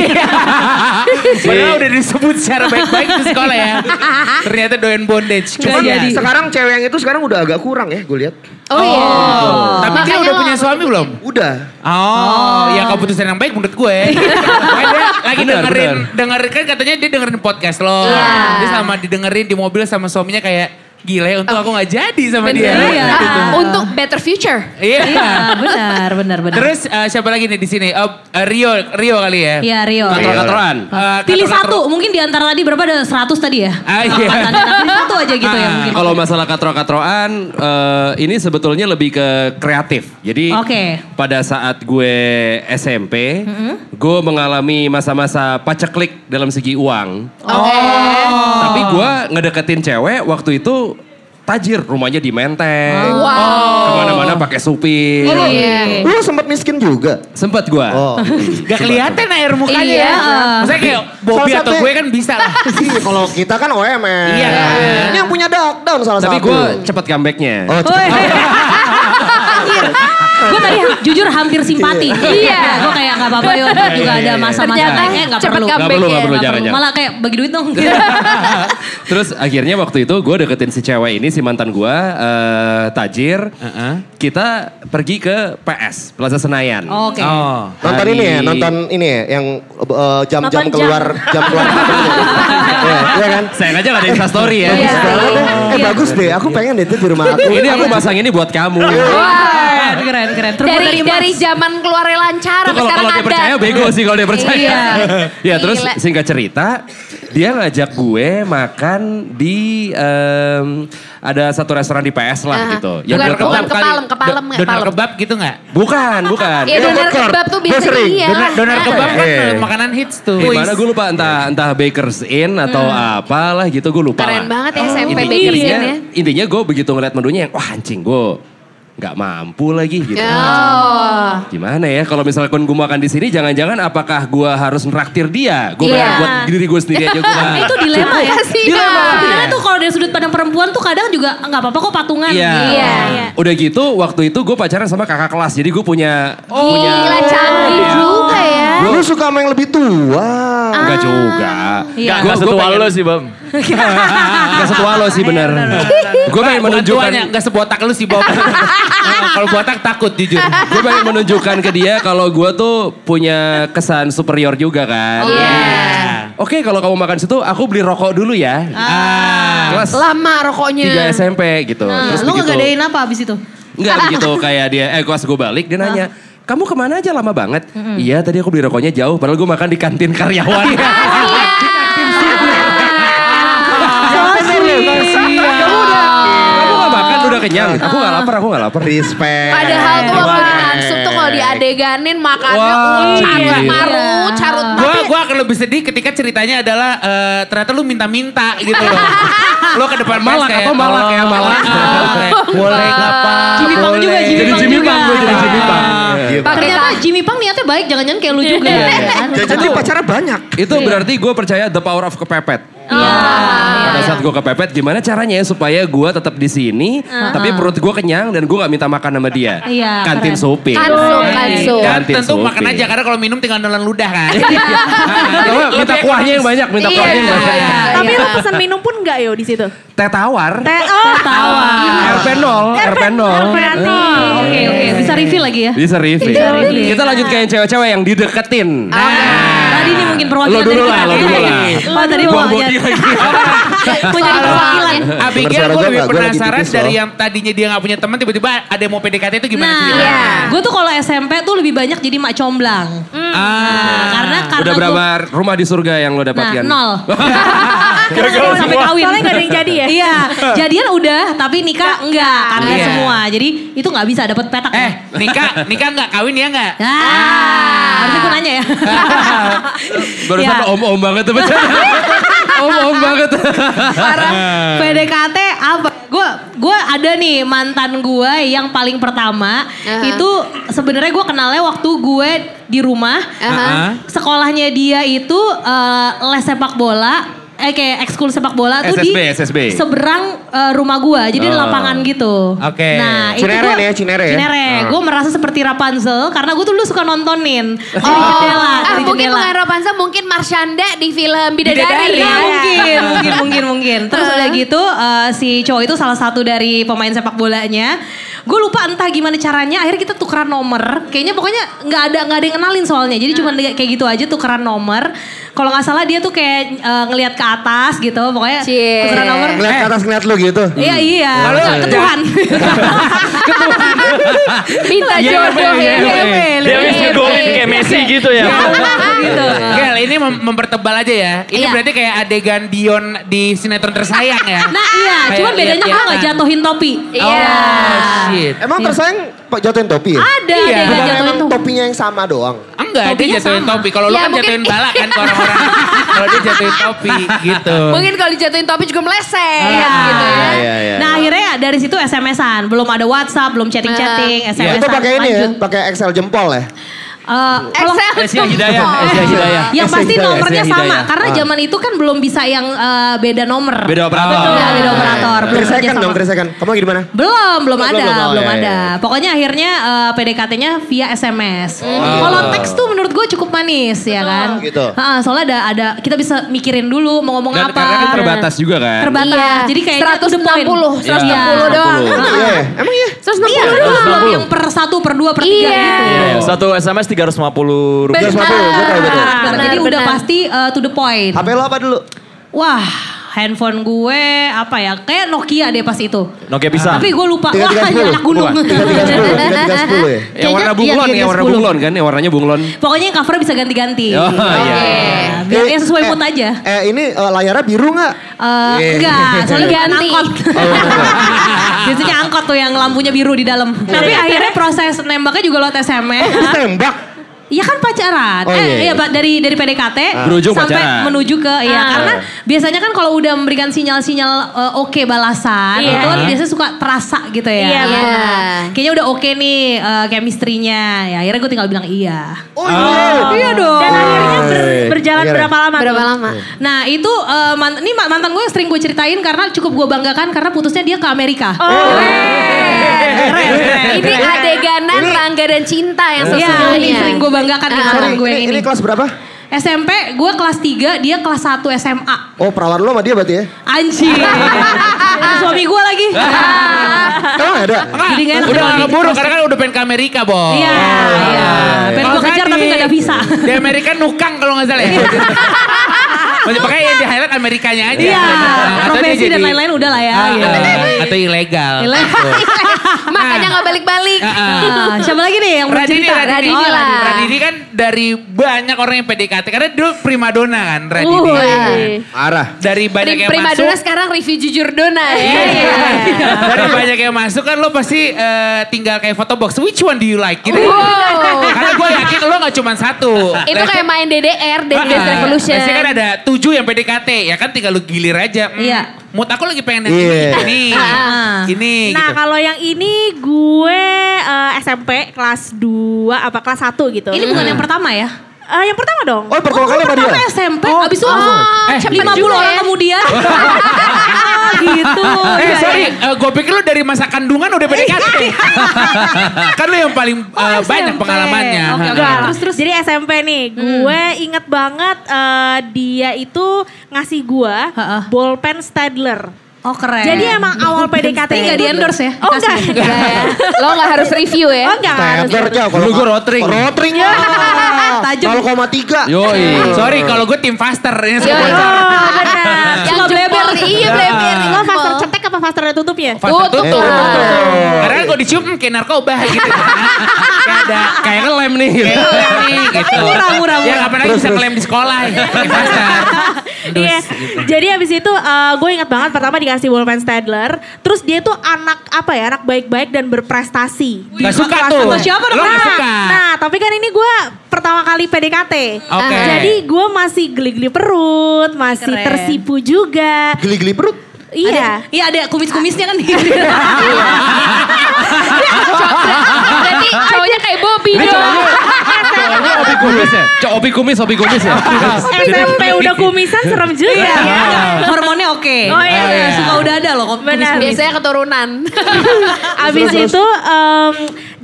Speaker 7: Padahal
Speaker 2: Iya.
Speaker 7: udah disebut secara baik-baik di sekolah ya. Ternyata doyan bondage.
Speaker 6: Cuman
Speaker 7: Kasihan.
Speaker 6: sekarang cewek yang itu sekarang udah agak kurang ya gue lihat.
Speaker 2: Oh iya.
Speaker 7: Tapi dia
Speaker 2: Makanya
Speaker 7: udah
Speaker 2: lo
Speaker 7: punya
Speaker 2: nggak
Speaker 7: suami belum?
Speaker 6: Udah.
Speaker 7: Oh, ya keputusan yang baik menurut gue. Makanya dia lagi
Speaker 1: Benar,
Speaker 7: dengerin, dengerin kan katanya dia dengerin podcast lo.
Speaker 2: Iya.
Speaker 7: Dia sama didengerin di mobil sama suaminya kayak gila ya untuk aku nggak jadi sama dia.
Speaker 2: Bener.
Speaker 4: Iya.
Speaker 1: gitu.
Speaker 2: Ah, Untuk better future.
Speaker 7: Iya.
Speaker 4: Iya, benar, benar, benar.
Speaker 7: Terus eh, siapa lagi nih di sini? Oh, eh, Rio, Rio kali ya.
Speaker 4: Iya, Rio. Ah.
Speaker 1: Katro-katroan.
Speaker 7: Eh,
Speaker 4: Pilih
Speaker 7: katro-katro-
Speaker 4: satu, mungkin di antara tadi berapa ada 100 tadi ya?
Speaker 7: Ah, iya.
Speaker 4: Tanda- tanda- Pilih satu aja gitu ya
Speaker 1: Ah,
Speaker 4: mungkin.
Speaker 1: Kalau masalah katro-katroan, eh, ini sebetulnya lebih ke kreatif. Jadi
Speaker 4: Oke.
Speaker 1: pada saat gue SMP, gue mengalami masa-masa paceklik dalam segi uang.
Speaker 4: Oh.
Speaker 1: Tapi gue ngedeketin cewek waktu itu tajir rumahnya di Menteng. Kemana-mana pakai supir.
Speaker 2: Iya.
Speaker 6: Lu sempat miskin juga.
Speaker 1: Sempet gue.
Speaker 6: Oh.
Speaker 7: Gak kelihatan air mukanya
Speaker 2: Iya.
Speaker 7: ya. Maksudnya kayak Bobby
Speaker 6: Salah
Speaker 7: atau
Speaker 6: satu-
Speaker 7: gue kan bisa lah.
Speaker 6: Iya, kalau kita kan OMS.
Speaker 7: Iya.
Speaker 6: Ini yang punya dark down salah
Speaker 1: Tapi
Speaker 6: satu.
Speaker 1: gue cepet comebacknya.
Speaker 6: Oh, cepet.
Speaker 1: Ah, iya.
Speaker 4: Gue tadi ha- jujur hampir simpati.
Speaker 2: Iya.
Speaker 4: Gue kayak gak apa-apa yuk juga ada masa-masa
Speaker 2: Ternyata
Speaker 4: kayaknya gak
Speaker 2: cepet
Speaker 4: perlu.
Speaker 2: comeback ya.
Speaker 1: Nggak perlu, nggak perlu,
Speaker 4: Nggak
Speaker 1: jangan,
Speaker 4: perlu.
Speaker 1: jangan.
Speaker 4: Malah kayak bagi duit dong.
Speaker 1: Terus akhirnya waktu itu gue deketin si cewek ini, si mantan gue, eh, Tajir.
Speaker 7: Heeh.
Speaker 1: Kita pergi ke PS, Plaza Senayan.
Speaker 4: Oke.
Speaker 7: Oh.
Speaker 6: Nonton
Speaker 1: Hari-
Speaker 6: ini ya, nonton ini ya, yang eh, jam-jam
Speaker 3: Nonton jam.
Speaker 6: keluar, jam keluar. Iya, iya kan?
Speaker 1: Sayang aja gak ada instastory ya.
Speaker 2: Iya.
Speaker 6: Banget deh. Eh bagus deh, aku pengen deh itu di rumah aku.
Speaker 1: ini aku pasang ini buat kamu.
Speaker 4: Keren, keren, keren. Terbuat
Speaker 2: Dari
Speaker 4: emas.
Speaker 2: dari zaman keluarnya lancar
Speaker 1: Itu
Speaker 2: sampai sekarang
Speaker 1: kalau kalau
Speaker 2: ada.
Speaker 1: dia percaya bego sih kalau dia percaya.
Speaker 2: Iya.
Speaker 1: ya terus
Speaker 2: Gila.
Speaker 1: singkat cerita dia ngajak gue makan di em, ada satu restoran di PS lah
Speaker 2: Aha.
Speaker 1: gitu.
Speaker 2: Bukan-
Speaker 1: donor
Speaker 2: bukan
Speaker 1: kebab kali.
Speaker 2: kepalem, kepalem,
Speaker 7: Do- Donor
Speaker 2: kepalem.
Speaker 7: kebab gitu gak?
Speaker 1: Bukan, bukan.
Speaker 2: Iya
Speaker 6: Donor
Speaker 2: donor
Speaker 6: kebab.
Speaker 2: kebab tuh
Speaker 6: Gue
Speaker 2: biasanya
Speaker 6: sering.
Speaker 2: iya.
Speaker 7: Donor, donor
Speaker 2: Ah.
Speaker 7: kebab kan
Speaker 6: Eh.
Speaker 7: makanan hits
Speaker 2: Gitu.
Speaker 7: tuh.
Speaker 1: Di mana gue lupa entah
Speaker 2: Iya.
Speaker 1: entah Bakers Inn atau apalah gitu gue lupa.
Speaker 2: Hmm. Keren
Speaker 1: lah.
Speaker 2: banget ya SMP
Speaker 1: Inti-
Speaker 2: Baker's
Speaker 1: intinya,
Speaker 2: Inn ya.
Speaker 1: intinya gue begitu ngeliat menunya yang wah anjing gue nggak mampu lagi gitu.
Speaker 2: Oh.
Speaker 1: Gimana ya kalau misalkan gue makan di sini jangan-jangan apakah gue harus meraktir dia? Gue
Speaker 2: Iya.
Speaker 1: buat diri gue sendiri aja gue.
Speaker 4: Nah, itu dilema ya.
Speaker 2: Kasihan.
Speaker 4: Dilema. Sebenarnya tuh kalau dari sudut pandang perempuan tuh kadang juga "Ah, nggak apa-apa kok patungan.
Speaker 1: Iya.
Speaker 2: Iya.
Speaker 1: Udah gitu waktu itu gue pacaran sama kakak kelas jadi gue punya
Speaker 2: Ah.
Speaker 7: Oh.
Speaker 1: punya
Speaker 2: Iya. Gila canggih juga
Speaker 1: Iya.
Speaker 2: ya.
Speaker 6: Lu suka sama yang lebih tua.
Speaker 1: enggak juga.
Speaker 4: Iya.
Speaker 8: Gak
Speaker 1: Gua- gua
Speaker 8: setua
Speaker 1: pengen-
Speaker 8: lo sih Bam.
Speaker 1: Gak setua lo sih bener.
Speaker 2: Iya,
Speaker 1: Gue pengen menunjukkan
Speaker 7: Menunjukkannya gak sebotak lu sih Bob. Nah, Kalau botak takut jujur.
Speaker 1: gue pengen menunjukkan ke dia kalau gue tuh punya kesan superior juga kan. Oke kalau kamu makan situ aku beli rokok dulu ya. Kelas
Speaker 2: Lama rokoknya.
Speaker 1: 3 SMP gitu.
Speaker 4: Nah,
Speaker 1: Terus
Speaker 4: lu
Speaker 1: begitu.
Speaker 4: ngegadein apa abis itu?
Speaker 1: Enggak begitu kayak dia eh kelas gue balik dia nanya.
Speaker 4: Ah.
Speaker 1: Kamu kemana aja lama banget? Iya tadi aku beli rokoknya jauh padahal gue makan di kantin karyawan.
Speaker 4: Iya.
Speaker 1: kamu udah kamu gak makan udah kenyang. Aku gak lapar, aku gak lapar.
Speaker 6: Respect.
Speaker 2: Padahal tuh waktu di Ansub tuh kalau diadeganin makannya
Speaker 1: Iya. Wah,
Speaker 2: uh, carut
Speaker 1: iya.
Speaker 2: marut, carut
Speaker 7: Gua gua akan lebih sedih ketika ceritanya adalah eh, ternyata lu minta-minta gitu loh. Lo ke depan
Speaker 1: Malak
Speaker 7: pes kayak,
Speaker 1: apa malak ya, malak.
Speaker 7: ah, kayak, Boleh nggak pak?
Speaker 4: Jimmy Pang juga,
Speaker 7: Boleh."
Speaker 4: Jimmy
Speaker 1: Jadi
Speaker 4: Pang
Speaker 1: Jimmy
Speaker 4: juga.
Speaker 1: Pang, gue jadi Jimmy Pang.
Speaker 6: Iya, Pak.
Speaker 2: Pakai
Speaker 4: Ternyata
Speaker 2: tas.
Speaker 4: Jimmy Pang niatnya baik, jangan-jangan kayak lu juga.
Speaker 2: Kan?
Speaker 6: Jadi pacarnya banyak.
Speaker 1: Itu berarti gue percaya the power of kepepet.
Speaker 4: Iya.
Speaker 1: Pada saat gue kepepet, gimana caranya ya supaya gue tetap di sini, tapi perut gue kenyang dan gue gak minta makan sama dia.
Speaker 4: Iya,
Speaker 1: kantin
Speaker 4: keren.
Speaker 1: supir.
Speaker 2: Kansum, kansum.
Speaker 7: Dan
Speaker 1: Ganti
Speaker 7: Iya. Kan tentu
Speaker 1: supir.
Speaker 7: makan aja karena kalau minum tinggal nelan ludah kan.
Speaker 1: Coba Nah, minta kuahnya yang banyak, minta
Speaker 2: Iya.
Speaker 1: kuahnya yang banyak.
Speaker 3: Tapi lu pesan minum pun enggak yo di situ.
Speaker 1: Teh tawar,
Speaker 3: Teh oh.
Speaker 1: RP0, RP0.
Speaker 4: Oke, oke. Bisa review lagi ya.
Speaker 1: Bisa review.
Speaker 4: review. Oh,
Speaker 1: Kita lanjut ke yang cewek-cewek yang dideketin.
Speaker 4: Tadi nih mungkin perwakilan
Speaker 1: Lo dulu
Speaker 4: dari
Speaker 1: lah,
Speaker 4: kita.
Speaker 1: lo dulu lah.
Speaker 4: Oh, tadi
Speaker 1: Gua
Speaker 4: perwakilan.
Speaker 1: body lagi.
Speaker 4: Menjadi perwakilan.
Speaker 7: Abigail
Speaker 6: Suara
Speaker 7: gue
Speaker 6: gua
Speaker 7: lebih
Speaker 6: nggak? Gua lagi
Speaker 7: penasaran
Speaker 6: tipis
Speaker 7: dari
Speaker 6: loh.
Speaker 7: yang tadinya dia gak punya teman tiba-tiba ada yang mau PDKT itu gimana
Speaker 4: Nah,
Speaker 7: ceritanya?
Speaker 4: gue tuh kalau SMP tuh lebih banyak jadi mak comblang. Nah,
Speaker 7: Ah.
Speaker 4: karena karena
Speaker 1: Udah
Speaker 4: gua-
Speaker 1: berapa rumah di surga yang lo
Speaker 4: Nah,
Speaker 1: dapatkan?
Speaker 4: nol.
Speaker 3: Gagal
Speaker 4: sampai
Speaker 3: semua.
Speaker 4: kawin.
Speaker 3: Soalnya nggak ada yang jadi ya?
Speaker 4: Iya, jadian udah, tapi nikah enggak, karena
Speaker 7: Iya.
Speaker 4: semua. Jadi itu nggak bisa dapat petak. ya?
Speaker 7: Eh, nikah, nikah nggak kawin ya nggak?
Speaker 4: Ah,
Speaker 2: Ah.
Speaker 4: harusnya gue nanya ya.
Speaker 1: Barusan
Speaker 4: Iya.
Speaker 1: om-om banget tuh
Speaker 7: Oh,
Speaker 1: Om-om banget.
Speaker 4: Parah. PDKT apa? Gue gue ada nih mantan gue yang paling pertama
Speaker 2: Aha.
Speaker 4: itu sebenarnya gue kenalnya waktu gue di rumah
Speaker 1: Aha.
Speaker 4: sekolahnya dia itu eh, les sepak bola eh kayak ekskul sepak bola tuh di
Speaker 1: SSB, SSB.
Speaker 4: seberang eh, rumah gue jadi di
Speaker 1: Oh.
Speaker 4: lapangan gitu.
Speaker 7: Oke.
Speaker 4: Nah
Speaker 6: Cinere
Speaker 4: itu gua,
Speaker 6: nih ya, Cinere ya? Ah.
Speaker 4: Gue merasa seperti Rapunzel karena gue tuh dulu suka nontonin dari jendela.
Speaker 2: Ah,
Speaker 4: dari
Speaker 2: mungkin
Speaker 4: jendela.
Speaker 2: bukan Ropansa, mungkin Marshanda di film Bidadari.
Speaker 4: Iya,
Speaker 2: ya.
Speaker 4: mungkin, mungkin, mungkin, mungkin. Terus udah gitu eh, si cowok itu salah satu dari pemain sepak bolanya. Gue lupa entah gimana caranya. Akhirnya kita tukeran nomor. Kayaknya pokoknya nggak ada nggak ada yang kenalin soalnya. Jadi cuma kayak gitu aja tukeran nomor. Kalau nggak salah dia tuh kayak eh, ngelihat ke atas gitu. Pokoknya
Speaker 2: Cie.
Speaker 4: tukeran nomor.
Speaker 6: Ngeliat ke atas ngeliat lu gitu.
Speaker 4: Iya
Speaker 8: Hmm.
Speaker 4: iya.
Speaker 7: Lalu,
Speaker 4: Ke Tuhan.
Speaker 2: Minta
Speaker 8: Iya,
Speaker 2: jodoh ya.
Speaker 8: Dia habis
Speaker 2: Iya,
Speaker 8: ngegolin Iya. kayak Messi gitu ya.
Speaker 4: gitu.
Speaker 7: Gel, ini mem- mempertebal aja ya. Ini
Speaker 2: Iya.
Speaker 7: berarti kayak adegan Dion di sinetron tersayang ya.
Speaker 4: Nah iya,
Speaker 7: Kayak kan.
Speaker 4: cuman bedanya gue nggak
Speaker 7: lihat-lihatan.
Speaker 4: jatuhin topi.
Speaker 2: Iya.
Speaker 7: Shit.
Speaker 6: Emang tersayang Pak jatuhin topi ya?
Speaker 4: Ada deh nggak
Speaker 6: Bukan
Speaker 4: jatuhin
Speaker 6: emang
Speaker 4: topi.
Speaker 6: topinya yang sama doang.
Speaker 7: Enggak, dia
Speaker 4: Topinya
Speaker 7: jatuhin
Speaker 4: sama. Iya,
Speaker 7: topi. Kalau lu
Speaker 2: Ya,
Speaker 7: kan
Speaker 2: mungkin-
Speaker 7: jatuhin bala kan ke orang-orang. Kalau dia jatuhin topi gitu.
Speaker 2: Mungkin kalau dijatuhin topi juga meleset
Speaker 4: Ah,
Speaker 2: gitu ya.
Speaker 6: Iya, iya.
Speaker 4: Nah akhirnya dari situ SMS-an, belum ada WhatsApp, belum chatting-chatting,
Speaker 7: Ah.
Speaker 4: SMS-an.
Speaker 6: Itu pakai ini ya,
Speaker 4: lanjut.
Speaker 6: pakai Excel jempol ya.
Speaker 4: Eh, kalau-
Speaker 2: Excel
Speaker 7: Asia Hidayah,
Speaker 2: jempol.
Speaker 7: Asia Hidayah.
Speaker 4: yang
Speaker 6: Excel
Speaker 4: pasti
Speaker 6: Hidayah, Ah.
Speaker 4: nomornya
Speaker 7: Excel
Speaker 4: sama,
Speaker 7: Hidayah.
Speaker 4: karena zaman itu kan belum bisa yang eh, beda nomor.
Speaker 1: Beda operator.
Speaker 4: Betul,
Speaker 2: Iya,
Speaker 4: beda operator. Belum
Speaker 6: Three second
Speaker 4: kerjasama.
Speaker 6: Eh, dong, three second. Kamu lagi di mana?
Speaker 4: Belum, belum ada,
Speaker 6: belum, oh,
Speaker 4: belum
Speaker 6: iya,
Speaker 4: ada.
Speaker 6: iya. Hmm.
Speaker 4: Pokoknya akhirnya eh, PDKT-nya via SMS. Kalau teks tuh menurut gue cukup manis ya kan.
Speaker 6: Ah. Gitu.
Speaker 4: Ha, soalnya ada ada kita bisa mikirin dulu mau ngomong
Speaker 1: Karena
Speaker 4: apa.
Speaker 1: karena kan terbatas juga kan. Iya,
Speaker 4: Terbatas.
Speaker 2: Iya,
Speaker 4: Jadi kayaknya to the point.
Speaker 2: 160, 160 doang.
Speaker 4: Ah,
Speaker 1: 160.
Speaker 6: Iya, ya? emang iya.
Speaker 2: 160
Speaker 4: Iya,
Speaker 2: doang.
Speaker 4: belum yang per satu, per dua, per tiga
Speaker 2: Iya.
Speaker 4: gitu.
Speaker 8: Satu SMS 350 rupiah.
Speaker 6: Benar. 160, betul, betul.
Speaker 4: Benar,
Speaker 2: Benar,
Speaker 4: Nah, Jadi udah
Speaker 2: benar.
Speaker 4: pasti uh, to the point.
Speaker 6: HP lo apa dulu?
Speaker 4: Wah, handphone gue apa ya? Kayak Nokia deh pas itu.
Speaker 8: Nokia pisang.
Speaker 4: Tapi gue lupa. Wah,
Speaker 6: 3310.
Speaker 4: hanya anak gunung. Iya.
Speaker 1: Bukan.
Speaker 6: Tiga tiga sepuluh, tiga tiga sepuluh ya.
Speaker 1: Yang warna bunglon, yang warna bunglon kan, yang warnanya bunglon.
Speaker 4: Pokoknya yang cover bisa ganti-ganti.
Speaker 1: Oh, iya.
Speaker 4: Iya, Biar
Speaker 6: Eh,
Speaker 4: yang sesuai
Speaker 6: eh,
Speaker 4: mood aja.
Speaker 6: Eh ini eh, layarnya biru nggak?
Speaker 4: Eh,
Speaker 6: Iya.
Speaker 4: Enggak, soalnya bukan
Speaker 2: Ganti.
Speaker 4: angkot. Biasanya angkot tuh yang lampunya biru di dalam. Tapi akhirnya proses nembaknya juga lewat
Speaker 6: Terus
Speaker 4: SMS.
Speaker 6: tembak.
Speaker 4: Iya kan pacaran.
Speaker 6: Oh,
Speaker 4: eh,
Speaker 6: iya, iya.
Speaker 4: iya, Pak, dari dari PDKT
Speaker 1: Berujung
Speaker 4: sampai
Speaker 1: pacaran.
Speaker 4: menuju ke iya
Speaker 3: Ah.
Speaker 4: karena biasanya kan kalau udah memberikan sinyal-sinyal eh, oke balasan
Speaker 3: Iya.
Speaker 4: itu kan biasanya suka terasa gitu ya.
Speaker 3: Iya,
Speaker 4: Nah,
Speaker 2: benar.
Speaker 4: Kayaknya udah oke nih eh, chemistry-nya. Ya akhirnya gue tinggal bilang iya.
Speaker 6: Oh iya.
Speaker 4: Iya dong.
Speaker 3: Dan akhirnya ber- berjalan
Speaker 6: Akhirnya.
Speaker 3: berapa lama?
Speaker 2: Berapa
Speaker 3: tuh?
Speaker 2: lama?
Speaker 4: Nah itu eh, mant- ini ma- mantan gue yang sering gue ceritain karena cukup gue banggakan karena putusnya dia ke Amerika.
Speaker 3: Oh.
Speaker 7: Oh.
Speaker 2: Ini adeganan Rangga dan Cinta yang
Speaker 4: Iya, ini
Speaker 2: sesungguhnya. Ah,
Speaker 4: sering gue banggakan nih mantan
Speaker 6: Sorry,
Speaker 4: gue
Speaker 6: ini,
Speaker 4: yang
Speaker 6: ini
Speaker 4: ini.
Speaker 6: kelas berapa?
Speaker 4: SMP gue kelas 3, dia kelas 1 SMA.
Speaker 6: Oh perawan lo sama dia berarti ya?
Speaker 4: Anjing. Ada suami gue lagi.
Speaker 2: ah,
Speaker 7: Ah.
Speaker 6: Emang ada?
Speaker 4: Jadi gak enak
Speaker 7: Udah
Speaker 4: dong.
Speaker 7: nggak keburu karena kan udah pengen ke Amerika, Bo.
Speaker 4: Iya, iya. Pengen
Speaker 7: Oh. Kalau
Speaker 4: gua kejar
Speaker 7: nggak
Speaker 4: tapi
Speaker 7: di-
Speaker 4: nggak ada visa.
Speaker 7: Di Amerika nukang kalau nggak salah ya. Masih pakai yang di highlight Amerikanya aja.
Speaker 4: Iya,
Speaker 7: Atau dia
Speaker 4: profesi dan
Speaker 7: jadi-
Speaker 4: lain-lain udah lah ya.
Speaker 7: Ah,
Speaker 4: gitu.
Speaker 7: Atau ilegal.
Speaker 4: Ilegal.
Speaker 2: Makanya nggak balik-balik.
Speaker 4: Ah, Siapa lagi nih yang mau
Speaker 7: Radini,
Speaker 4: cerita?
Speaker 7: Radini,
Speaker 4: Oh,
Speaker 7: Radini,
Speaker 2: lah.
Speaker 7: Radini kan dari banyak orang yang PDKT karena dulu primadona kan Radini.
Speaker 4: Uh, iya.
Speaker 6: Arah.
Speaker 7: Dari banyak yang
Speaker 2: Prima
Speaker 7: masuk. Iya.
Speaker 2: Donna sekarang review jujur Dona
Speaker 4: Iya,
Speaker 2: ya.
Speaker 7: Dari banyak yang masuk kan lo pasti eh, tinggal kayak foto box. Which one do you like? Gitu.
Speaker 4: Uh,
Speaker 2: Wow.
Speaker 7: Karena gue yakin lo gak cuma satu.
Speaker 2: Itu kayak main DDR, Dance
Speaker 7: Heeh.
Speaker 2: Dance Revolution.
Speaker 7: Biasanya kan ada tujuh yang PDKT, ya kan tinggal lu gilir aja. Hmm,
Speaker 4: Iya.
Speaker 7: Mood aku lagi pengen yang
Speaker 6: Iya.
Speaker 7: ini, ini,
Speaker 4: Ah.
Speaker 7: ini
Speaker 3: Nah
Speaker 7: gitu.
Speaker 3: kalau yang ini gue eh, SMP kelas 2 apa kelas 1 gitu.
Speaker 4: Ini bukan
Speaker 7: Hmm.
Speaker 4: yang pertama ya?
Speaker 3: Eh, yang pertama dong.
Speaker 6: Oh pertama
Speaker 4: Oh,
Speaker 6: kali sama dia?
Speaker 4: pertama SMP, abis itu langsung
Speaker 2: Oh,
Speaker 4: eh,
Speaker 2: cepet
Speaker 4: 50
Speaker 2: juga
Speaker 4: orang
Speaker 2: ya.
Speaker 4: kemudian. Ah, gitu.
Speaker 7: Eh
Speaker 4: Ya,
Speaker 7: sorry,
Speaker 4: ya.
Speaker 7: gue pikir lu dari masa kandungan udah PDKT. kan lu yang paling eh,
Speaker 3: Oh,
Speaker 7: banyak
Speaker 3: SMP.
Speaker 7: pengalamannya.
Speaker 4: Oke, oke.
Speaker 7: Heeh.
Speaker 4: Terus, terus. Hmm.
Speaker 3: Jadi SMP nih, gue inget banget eh, dia itu ngasih gue
Speaker 4: Heeh.
Speaker 3: bolpen Stadler.
Speaker 4: Oh keren.
Speaker 3: Jadi emang awal PDKT
Speaker 4: Ini nggak
Speaker 3: itu-
Speaker 4: di-endorse ya?
Speaker 3: Oh enggak.
Speaker 4: Dikasih.
Speaker 2: Enggak ya. Lo nggak harus review ya.
Speaker 3: Oh enggak. nggak harus.
Speaker 6: Tebernya kalau
Speaker 1: Dulu gua rotring.
Speaker 6: Rotring ya.
Speaker 4: Tajam.
Speaker 6: 0,3.
Speaker 1: Yoi.
Speaker 7: Sorry kalau gue tim faster
Speaker 2: Iya,
Speaker 7: ini semua
Speaker 2: iya.
Speaker 7: bocor.
Speaker 2: benar. Yang
Speaker 4: Suka
Speaker 2: jempol,
Speaker 4: bleber.
Speaker 2: iya bleber.
Speaker 3: Lo
Speaker 2: Lo
Speaker 3: faster
Speaker 4: Iya.
Speaker 3: cetek apa faster ada tutupnya?
Speaker 7: Faster
Speaker 2: Tutup.
Speaker 7: tutup.
Speaker 6: Tutup.
Speaker 7: Karena gue dicium hmm, kayak narkoba gitu. kayak ada
Speaker 1: Kayak ngelem nih.
Speaker 7: kayak lem nih gitu.
Speaker 4: Murah, murah,
Speaker 7: Ya
Speaker 4: murah.
Speaker 7: apalagi bisa ngelem di sekolah. ya. Tim faster. Endorse,
Speaker 3: Iya. Jadi abis itu eh, gue ingat banget pertama dikasih Wolfman Stadler. Terus dia tuh anak apa ya? Anak baik-baik dan berprestasi.
Speaker 7: Gak
Speaker 3: Di
Speaker 7: suka
Speaker 3: kelas
Speaker 7: tuh.
Speaker 3: satu.
Speaker 7: Sama siapa dong? Lo gak suka.
Speaker 3: Nah tapi kan ini gue pertama kali PDKT.
Speaker 7: Oke.
Speaker 3: Jadi gue masih geli-geli perut. Masih
Speaker 4: Keren.
Speaker 3: tersipu juga.
Speaker 6: Geli-geli perut.
Speaker 3: Iya.
Speaker 4: Iya ada kumis-kumisnya kan.
Speaker 2: Berarti cowoknya kayak Bobby
Speaker 1: Ini
Speaker 2: dong.
Speaker 1: cowoknya, cowoknya obi kumis ya? Cowok obi kumis, obi kumis ya?
Speaker 7: Nah,
Speaker 3: SMP udah kumisan serem juga.
Speaker 7: Iya.
Speaker 3: ya.
Speaker 4: Hormonnya oke.
Speaker 3: Oh, iya.
Speaker 4: Nah, Suka udah ada loh
Speaker 3: Benar.
Speaker 4: kumis-kumis.
Speaker 2: Biasanya keturunan.
Speaker 3: Abis itu em,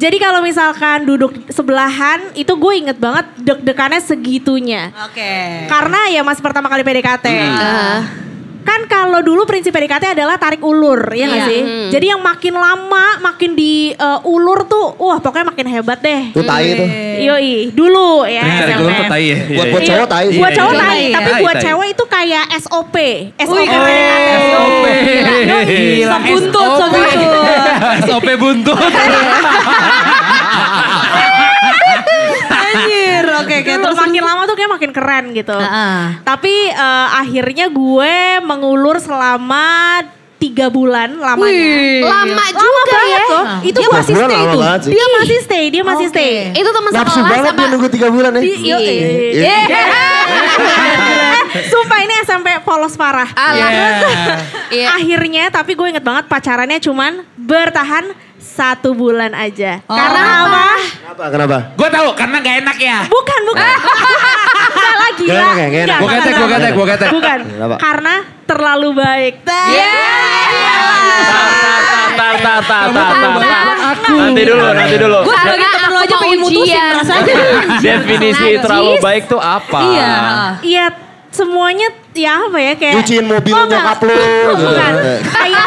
Speaker 3: jadi kalau misalkan duduk sebelahan itu gue inget banget deg-degannya segitunya.
Speaker 4: Oke.
Speaker 3: Karena ya masih pertama kali PDKT.
Speaker 7: Hmm.
Speaker 2: Ah.
Speaker 3: Kan kalau dulu prinsip PDKT adalah tarik ulur, ya nggak
Speaker 4: Iya.
Speaker 3: sih? Jadi yang makin lama, makin diulur tuh, wah pokoknya makin hebat deh.
Speaker 6: Tuh tai tuh.
Speaker 3: Yoi, Eh, dulu ya.
Speaker 1: Cari
Speaker 3: SMP.
Speaker 1: keluar ke tai ya?
Speaker 6: Buat buat
Speaker 3: Iya,
Speaker 6: cowok tai sih.
Speaker 3: Buat cowok
Speaker 4: Iya,
Speaker 3: tai,
Speaker 4: iya.
Speaker 3: tapi
Speaker 1: Tai,
Speaker 3: buat
Speaker 1: tai.
Speaker 3: cewek itu kayak SOP. SOP.
Speaker 7: SOP. Eh,
Speaker 4: Sok buntut, sok
Speaker 1: iya.
Speaker 4: buntut.
Speaker 1: SOP buntut.
Speaker 3: Anjir, oke oke. Terus makin lama tuh kayak makin keren gitu.
Speaker 4: Heeh.
Speaker 3: Tapi eh, akhirnya gue mengulur selama tiga bulan lamanya.
Speaker 2: Iya. Lama juga
Speaker 3: banget
Speaker 2: ya.
Speaker 3: loh. Itu
Speaker 6: Tiga
Speaker 3: Nah, masih
Speaker 6: bulan
Speaker 3: stay
Speaker 6: lama
Speaker 3: tuh.
Speaker 6: banget sih.
Speaker 3: Dia masih stay, dia masih
Speaker 4: Oke.
Speaker 3: stay.
Speaker 2: Itu teman
Speaker 6: Nafsu
Speaker 2: sekolah
Speaker 6: banget
Speaker 2: sama...
Speaker 6: dia nunggu 3 bulan ya.
Speaker 3: Yo, eh,
Speaker 6: Iya.
Speaker 3: eh, Sumpah ini SMP polos parah.
Speaker 4: Ah,
Speaker 2: Alah. Iya.
Speaker 3: Akhirnya tapi gue inget banget pacarannya cuman bertahan satu bulan aja. Karena
Speaker 2: Kenapa?
Speaker 3: apa?
Speaker 6: Kenapa? Kenapa?
Speaker 7: Gue tahu karena gak enak ya.
Speaker 3: Bukan, bukan.
Speaker 2: Ah.
Speaker 3: Enggak lagi.
Speaker 6: Gak enak ya, gak enak.
Speaker 1: Gua ketek, gua ketek, gua ketek.
Speaker 3: Bukan.
Speaker 6: Kenapa?
Speaker 3: Karena terlalu baik. Iya.
Speaker 8: Tar, tar, tar, tar, tar, tar.
Speaker 2: Aku.
Speaker 8: Nanti dulu, nanti dulu.
Speaker 4: Gue
Speaker 2: Karena
Speaker 4: sebagai temen lo
Speaker 2: aku
Speaker 4: aja
Speaker 2: mau
Speaker 4: pengen mutusin
Speaker 2: ujian.
Speaker 4: rasanya.
Speaker 8: Definisi
Speaker 2: Najis.
Speaker 8: terlalu baik tuh apa?
Speaker 4: Iya.
Speaker 3: Iya, semuanya ya apa ya kayak
Speaker 6: Cuciin mobil
Speaker 3: Oh, enggak.
Speaker 6: nyokap lu.
Speaker 3: Bukan. Kayak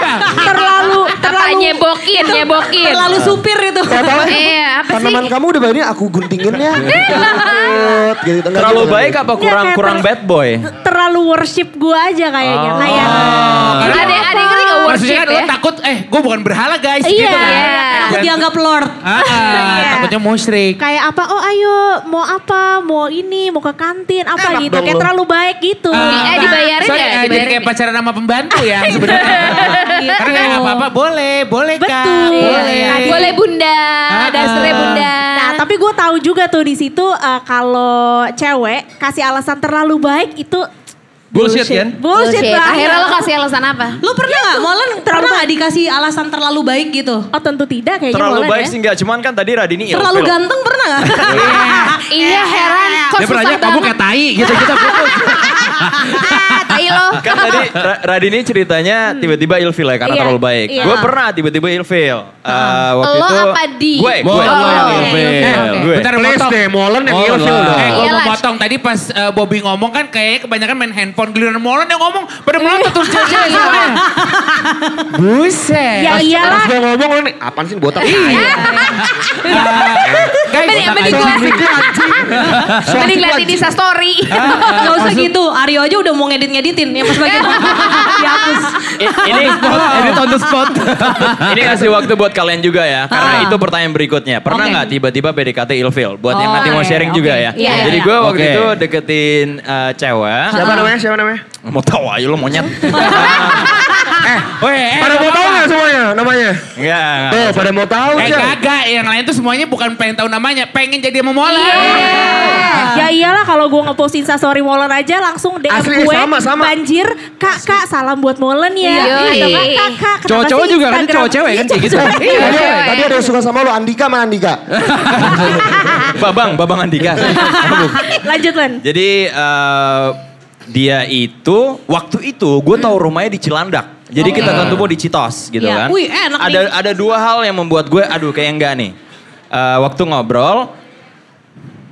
Speaker 3: terlalu
Speaker 2: Apa
Speaker 3: terlalu
Speaker 2: nyebokin, nyebokin.
Speaker 4: Terlalu supir itu.
Speaker 6: Tahu-tahu
Speaker 2: Iya, apa sih?
Speaker 6: tanaman kamu udah banyak aku guntingin ya. Ikut, gitu. Enggak
Speaker 8: Terlalu
Speaker 6: gitu.
Speaker 8: baik apa kurang
Speaker 3: kayak
Speaker 8: kurang
Speaker 3: ter-
Speaker 8: bad boy?
Speaker 3: terlalu worship gua aja kayaknya. Kayak
Speaker 2: Ada ada yang ngerti nggak
Speaker 7: Nah,
Speaker 2: worship
Speaker 7: Maksudnya kan lo
Speaker 2: ya?
Speaker 7: takut, eh gue bukan berhala guys.
Speaker 3: Iya.
Speaker 7: kan.
Speaker 4: Takut dianggap lord.
Speaker 7: Ah, ah,
Speaker 3: Iya.
Speaker 7: takutnya musyrik.
Speaker 3: kayak apa? Oh ayo, mau apa? Mau ini, mau ke kantin, apa gitu.
Speaker 6: dong
Speaker 3: Kayak
Speaker 6: lu.
Speaker 3: terlalu baik gitu.
Speaker 2: Eh, dibayarin
Speaker 7: Ah, Sorry,
Speaker 2: nggak?
Speaker 7: eh, jadi
Speaker 2: Dibayarin
Speaker 7: kayak
Speaker 2: nggak?
Speaker 7: pacaran sama pembantu ya sebenarnya.
Speaker 3: Gitu.
Speaker 7: Karena kayak apa-apa boleh, boleh kak.
Speaker 3: Betul.
Speaker 7: Boleh.
Speaker 2: Iya. Boleh bunda,
Speaker 7: Ah.
Speaker 2: dasarnya bunda.
Speaker 3: Nah, tapi gue tahu juga tuh di situ eh, kalau cewek kasih alasan terlalu baik itu
Speaker 1: Bullshit, kan?
Speaker 3: Bullshit, banget.
Speaker 2: Akhirnya lo kasih alasan apa?
Speaker 4: Lu pernah gak? Molen pernah gak dikasih alasan terlalu baik gitu?
Speaker 1: Iya,
Speaker 3: Oh tentu tidak kayaknya
Speaker 8: Terlalu
Speaker 3: Molen
Speaker 8: baik
Speaker 3: ya.
Speaker 8: sih enggak, cuman kan tadi Radini
Speaker 4: Terlalu
Speaker 8: ilfil.
Speaker 4: ganteng pernah gak?
Speaker 2: Iya heran, kok
Speaker 1: Dia
Speaker 2: susah
Speaker 1: pernah kamu
Speaker 2: banget.
Speaker 1: kayak tai gitu kita putus.
Speaker 2: Ah, tai lo.
Speaker 8: Kan tadi Ra- Radini ceritanya tiba-tiba ilfil ya karena
Speaker 3: Iya,
Speaker 8: terlalu baik.
Speaker 3: iya.
Speaker 8: Gue pernah tiba-tiba ilfil. Eh, waktu
Speaker 2: Lo
Speaker 8: itu
Speaker 2: apa di?
Speaker 8: gue
Speaker 1: Mau
Speaker 6: Oh,
Speaker 8: gue
Speaker 1: lo yang
Speaker 2: oke,
Speaker 1: ilfil.
Speaker 8: gue.
Speaker 7: Bentar
Speaker 6: Please
Speaker 7: potong.
Speaker 6: deh, molen yang iya
Speaker 1: Oh,
Speaker 6: ilfil
Speaker 1: lah.
Speaker 6: dong.
Speaker 7: Eh, gue mau
Speaker 2: Iyalah.
Speaker 7: potong tadi pas eh, Bobby ngomong kan kayaknya kebanyakan main handphone giliran Molen yang ngomong pada melotot terus jajan semuanya. Buset.
Speaker 3: Ya iyalah.
Speaker 6: Pas gue ngomong lu nih, apaan sih botak? Nah,
Speaker 7: Guys,
Speaker 2: Mending- mending
Speaker 7: guys,
Speaker 2: gue-
Speaker 6: Suara
Speaker 2: Mending
Speaker 6: sih
Speaker 2: liatin
Speaker 6: gua-
Speaker 2: Insta story.
Speaker 4: Iya, Gak usah gitu, Aryo aja udah mau ngedit-ngeditin yang pas bagian dihapus.
Speaker 8: I- ini
Speaker 1: Ini
Speaker 7: Oh.
Speaker 1: on the spot.
Speaker 8: ini kasih waktu buat kalian juga ya. Karena itu pertanyaan berikutnya. Pernah nggak tiba-tiba PDKT ilfil? Buat yang
Speaker 4: Oh,
Speaker 8: nanti mau
Speaker 4: oke,
Speaker 8: sharing juga
Speaker 4: oke.
Speaker 8: ya.
Speaker 4: Iya, iya,
Speaker 8: Jadi
Speaker 4: iya.
Speaker 8: gue waktu
Speaker 1: Oke.
Speaker 8: itu deketin eh, cewek.
Speaker 6: Siapa namanya? Siapa namanya?
Speaker 8: Mau tahu aja lo monyet.
Speaker 7: Weh, eh,
Speaker 6: Pada mau
Speaker 7: apa-apa.
Speaker 6: tahu nggak semuanya namanya?
Speaker 8: Enggak. enggak.
Speaker 6: Tuh, pada mau tahu
Speaker 7: Eh
Speaker 6: Cel.
Speaker 7: kagak, yang lain tuh semuanya bukan pengen tahu namanya, pengen jadi sama Molen.
Speaker 4: Iya.
Speaker 3: Ya iyalah kalau gue ngepost Insta story Molen aja langsung DM
Speaker 6: Asli,
Speaker 3: gue
Speaker 6: sama, sama.
Speaker 3: banjir kak kak salam buat Molen
Speaker 2: Iya.
Speaker 3: ya. Atau nggak, kak kak kenapa
Speaker 1: Cowok-cowok
Speaker 3: sih
Speaker 1: juga kan,
Speaker 3: Instagram-
Speaker 1: cowok-cewek kan kayak gitu.
Speaker 6: Tadi, ada-
Speaker 2: cewek.
Speaker 6: Eh, tadi ada yang suka sama lu Andika sama Andika.
Speaker 8: Babang, Babang Andika.
Speaker 3: Lanjut Len.
Speaker 8: Jadi eh, dia itu waktu itu gue tahu rumahnya di Cilandak. Jadi kita ketemu di Citos gitu
Speaker 4: Iya.
Speaker 8: kan.
Speaker 4: Wih, enak
Speaker 8: ada ada dua hal yang membuat gue aduh kayak enggak nih. Eh, waktu ngobrol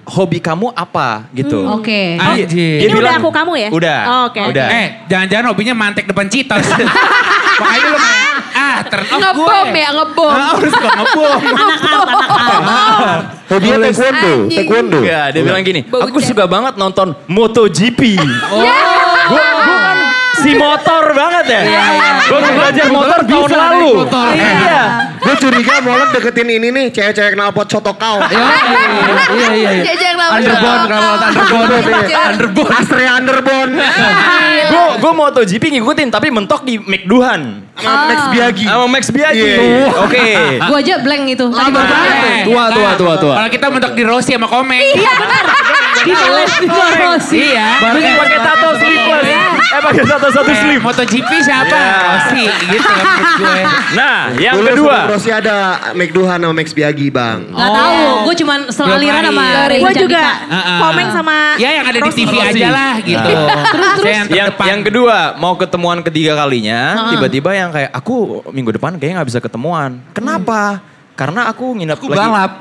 Speaker 8: hobi kamu apa gitu.
Speaker 4: Oke.
Speaker 7: Anjir.
Speaker 3: Ini udah aku kamu ya?
Speaker 8: Udah.
Speaker 3: Oh, oke.
Speaker 8: Udah.
Speaker 7: Eh, jangan-jangan hobinya mantek depan citos. Makanya lu kayak, ah turn off gue.
Speaker 2: Ngebom ya, ngebom.
Speaker 7: Ah, harus gua ngebom.
Speaker 6: Hobinya Oh, taekwondo,
Speaker 2: Anjing.
Speaker 6: taekwondo.
Speaker 4: Iya.
Speaker 8: Enggak, dia bilang gini,
Speaker 2: Bau
Speaker 8: aku
Speaker 2: cewek."
Speaker 8: suka banget nonton MotoGP. Oh. Gue kan si motor banget ya. Gue belajar motor tahun
Speaker 7: bisa
Speaker 8: lalu.
Speaker 7: naik motor.
Speaker 8: Iya.
Speaker 6: Gue curiga Molen deketin ini nih, cewek-cewek knalpot cotokau.
Speaker 1: Iya, iya, iya.
Speaker 2: Jajan lama
Speaker 1: Underbone,
Speaker 2: cotokau.
Speaker 1: kalau iya. underbone. Underbone.
Speaker 6: Astrea Underbone.
Speaker 2: Ah.
Speaker 8: Gue gue MotoGP ngikutin tapi mentok di Mick Duhan.
Speaker 6: Sama Max
Speaker 2: Ah.
Speaker 6: Biagi.
Speaker 8: Sama Max Biaggi.
Speaker 6: Iya, iya.
Speaker 8: Oke.
Speaker 4: Gua aja blank gitu. itu. Tadi baru
Speaker 1: banget.
Speaker 4: tahu.
Speaker 7: Eh,
Speaker 1: Tua, tua, tua, tua.
Speaker 7: Kalau kita mentok di Rossi sama Komeng.
Speaker 4: Iya benar. Di les di Rossi.
Speaker 7: Iya.
Speaker 8: Baru pakai tato sleeveless. Eh pakai tato satu
Speaker 7: Eh,
Speaker 8: sleeve.
Speaker 7: MotoGP siapa?
Speaker 8: Iya.
Speaker 7: Rossi gitu menurut gue.
Speaker 8: Nah, yang
Speaker 6: Dulu
Speaker 8: kedua.
Speaker 6: sebelum Rossi ada Mac Duhan sama Max Biagi bang.
Speaker 1: Oh.
Speaker 4: Gak tahu, gue cuman selaliran
Speaker 7: Belum
Speaker 4: sama
Speaker 1: iya.
Speaker 7: lari.
Speaker 4: Riri
Speaker 3: Gue
Speaker 4: Candika.
Speaker 3: juga
Speaker 7: Heeh.
Speaker 3: komen sama
Speaker 7: Ya yang ada di TV aja lah gitu. Terus terus.
Speaker 8: Yang, yang kedua, mau ketemuan ketiga kalinya, tiba-tiba yang kayak aku minggu depan kayaknya nggak bisa ketemuan. Kenapa? Karena aku nginep
Speaker 1: Aku
Speaker 8: lagi.
Speaker 1: balap.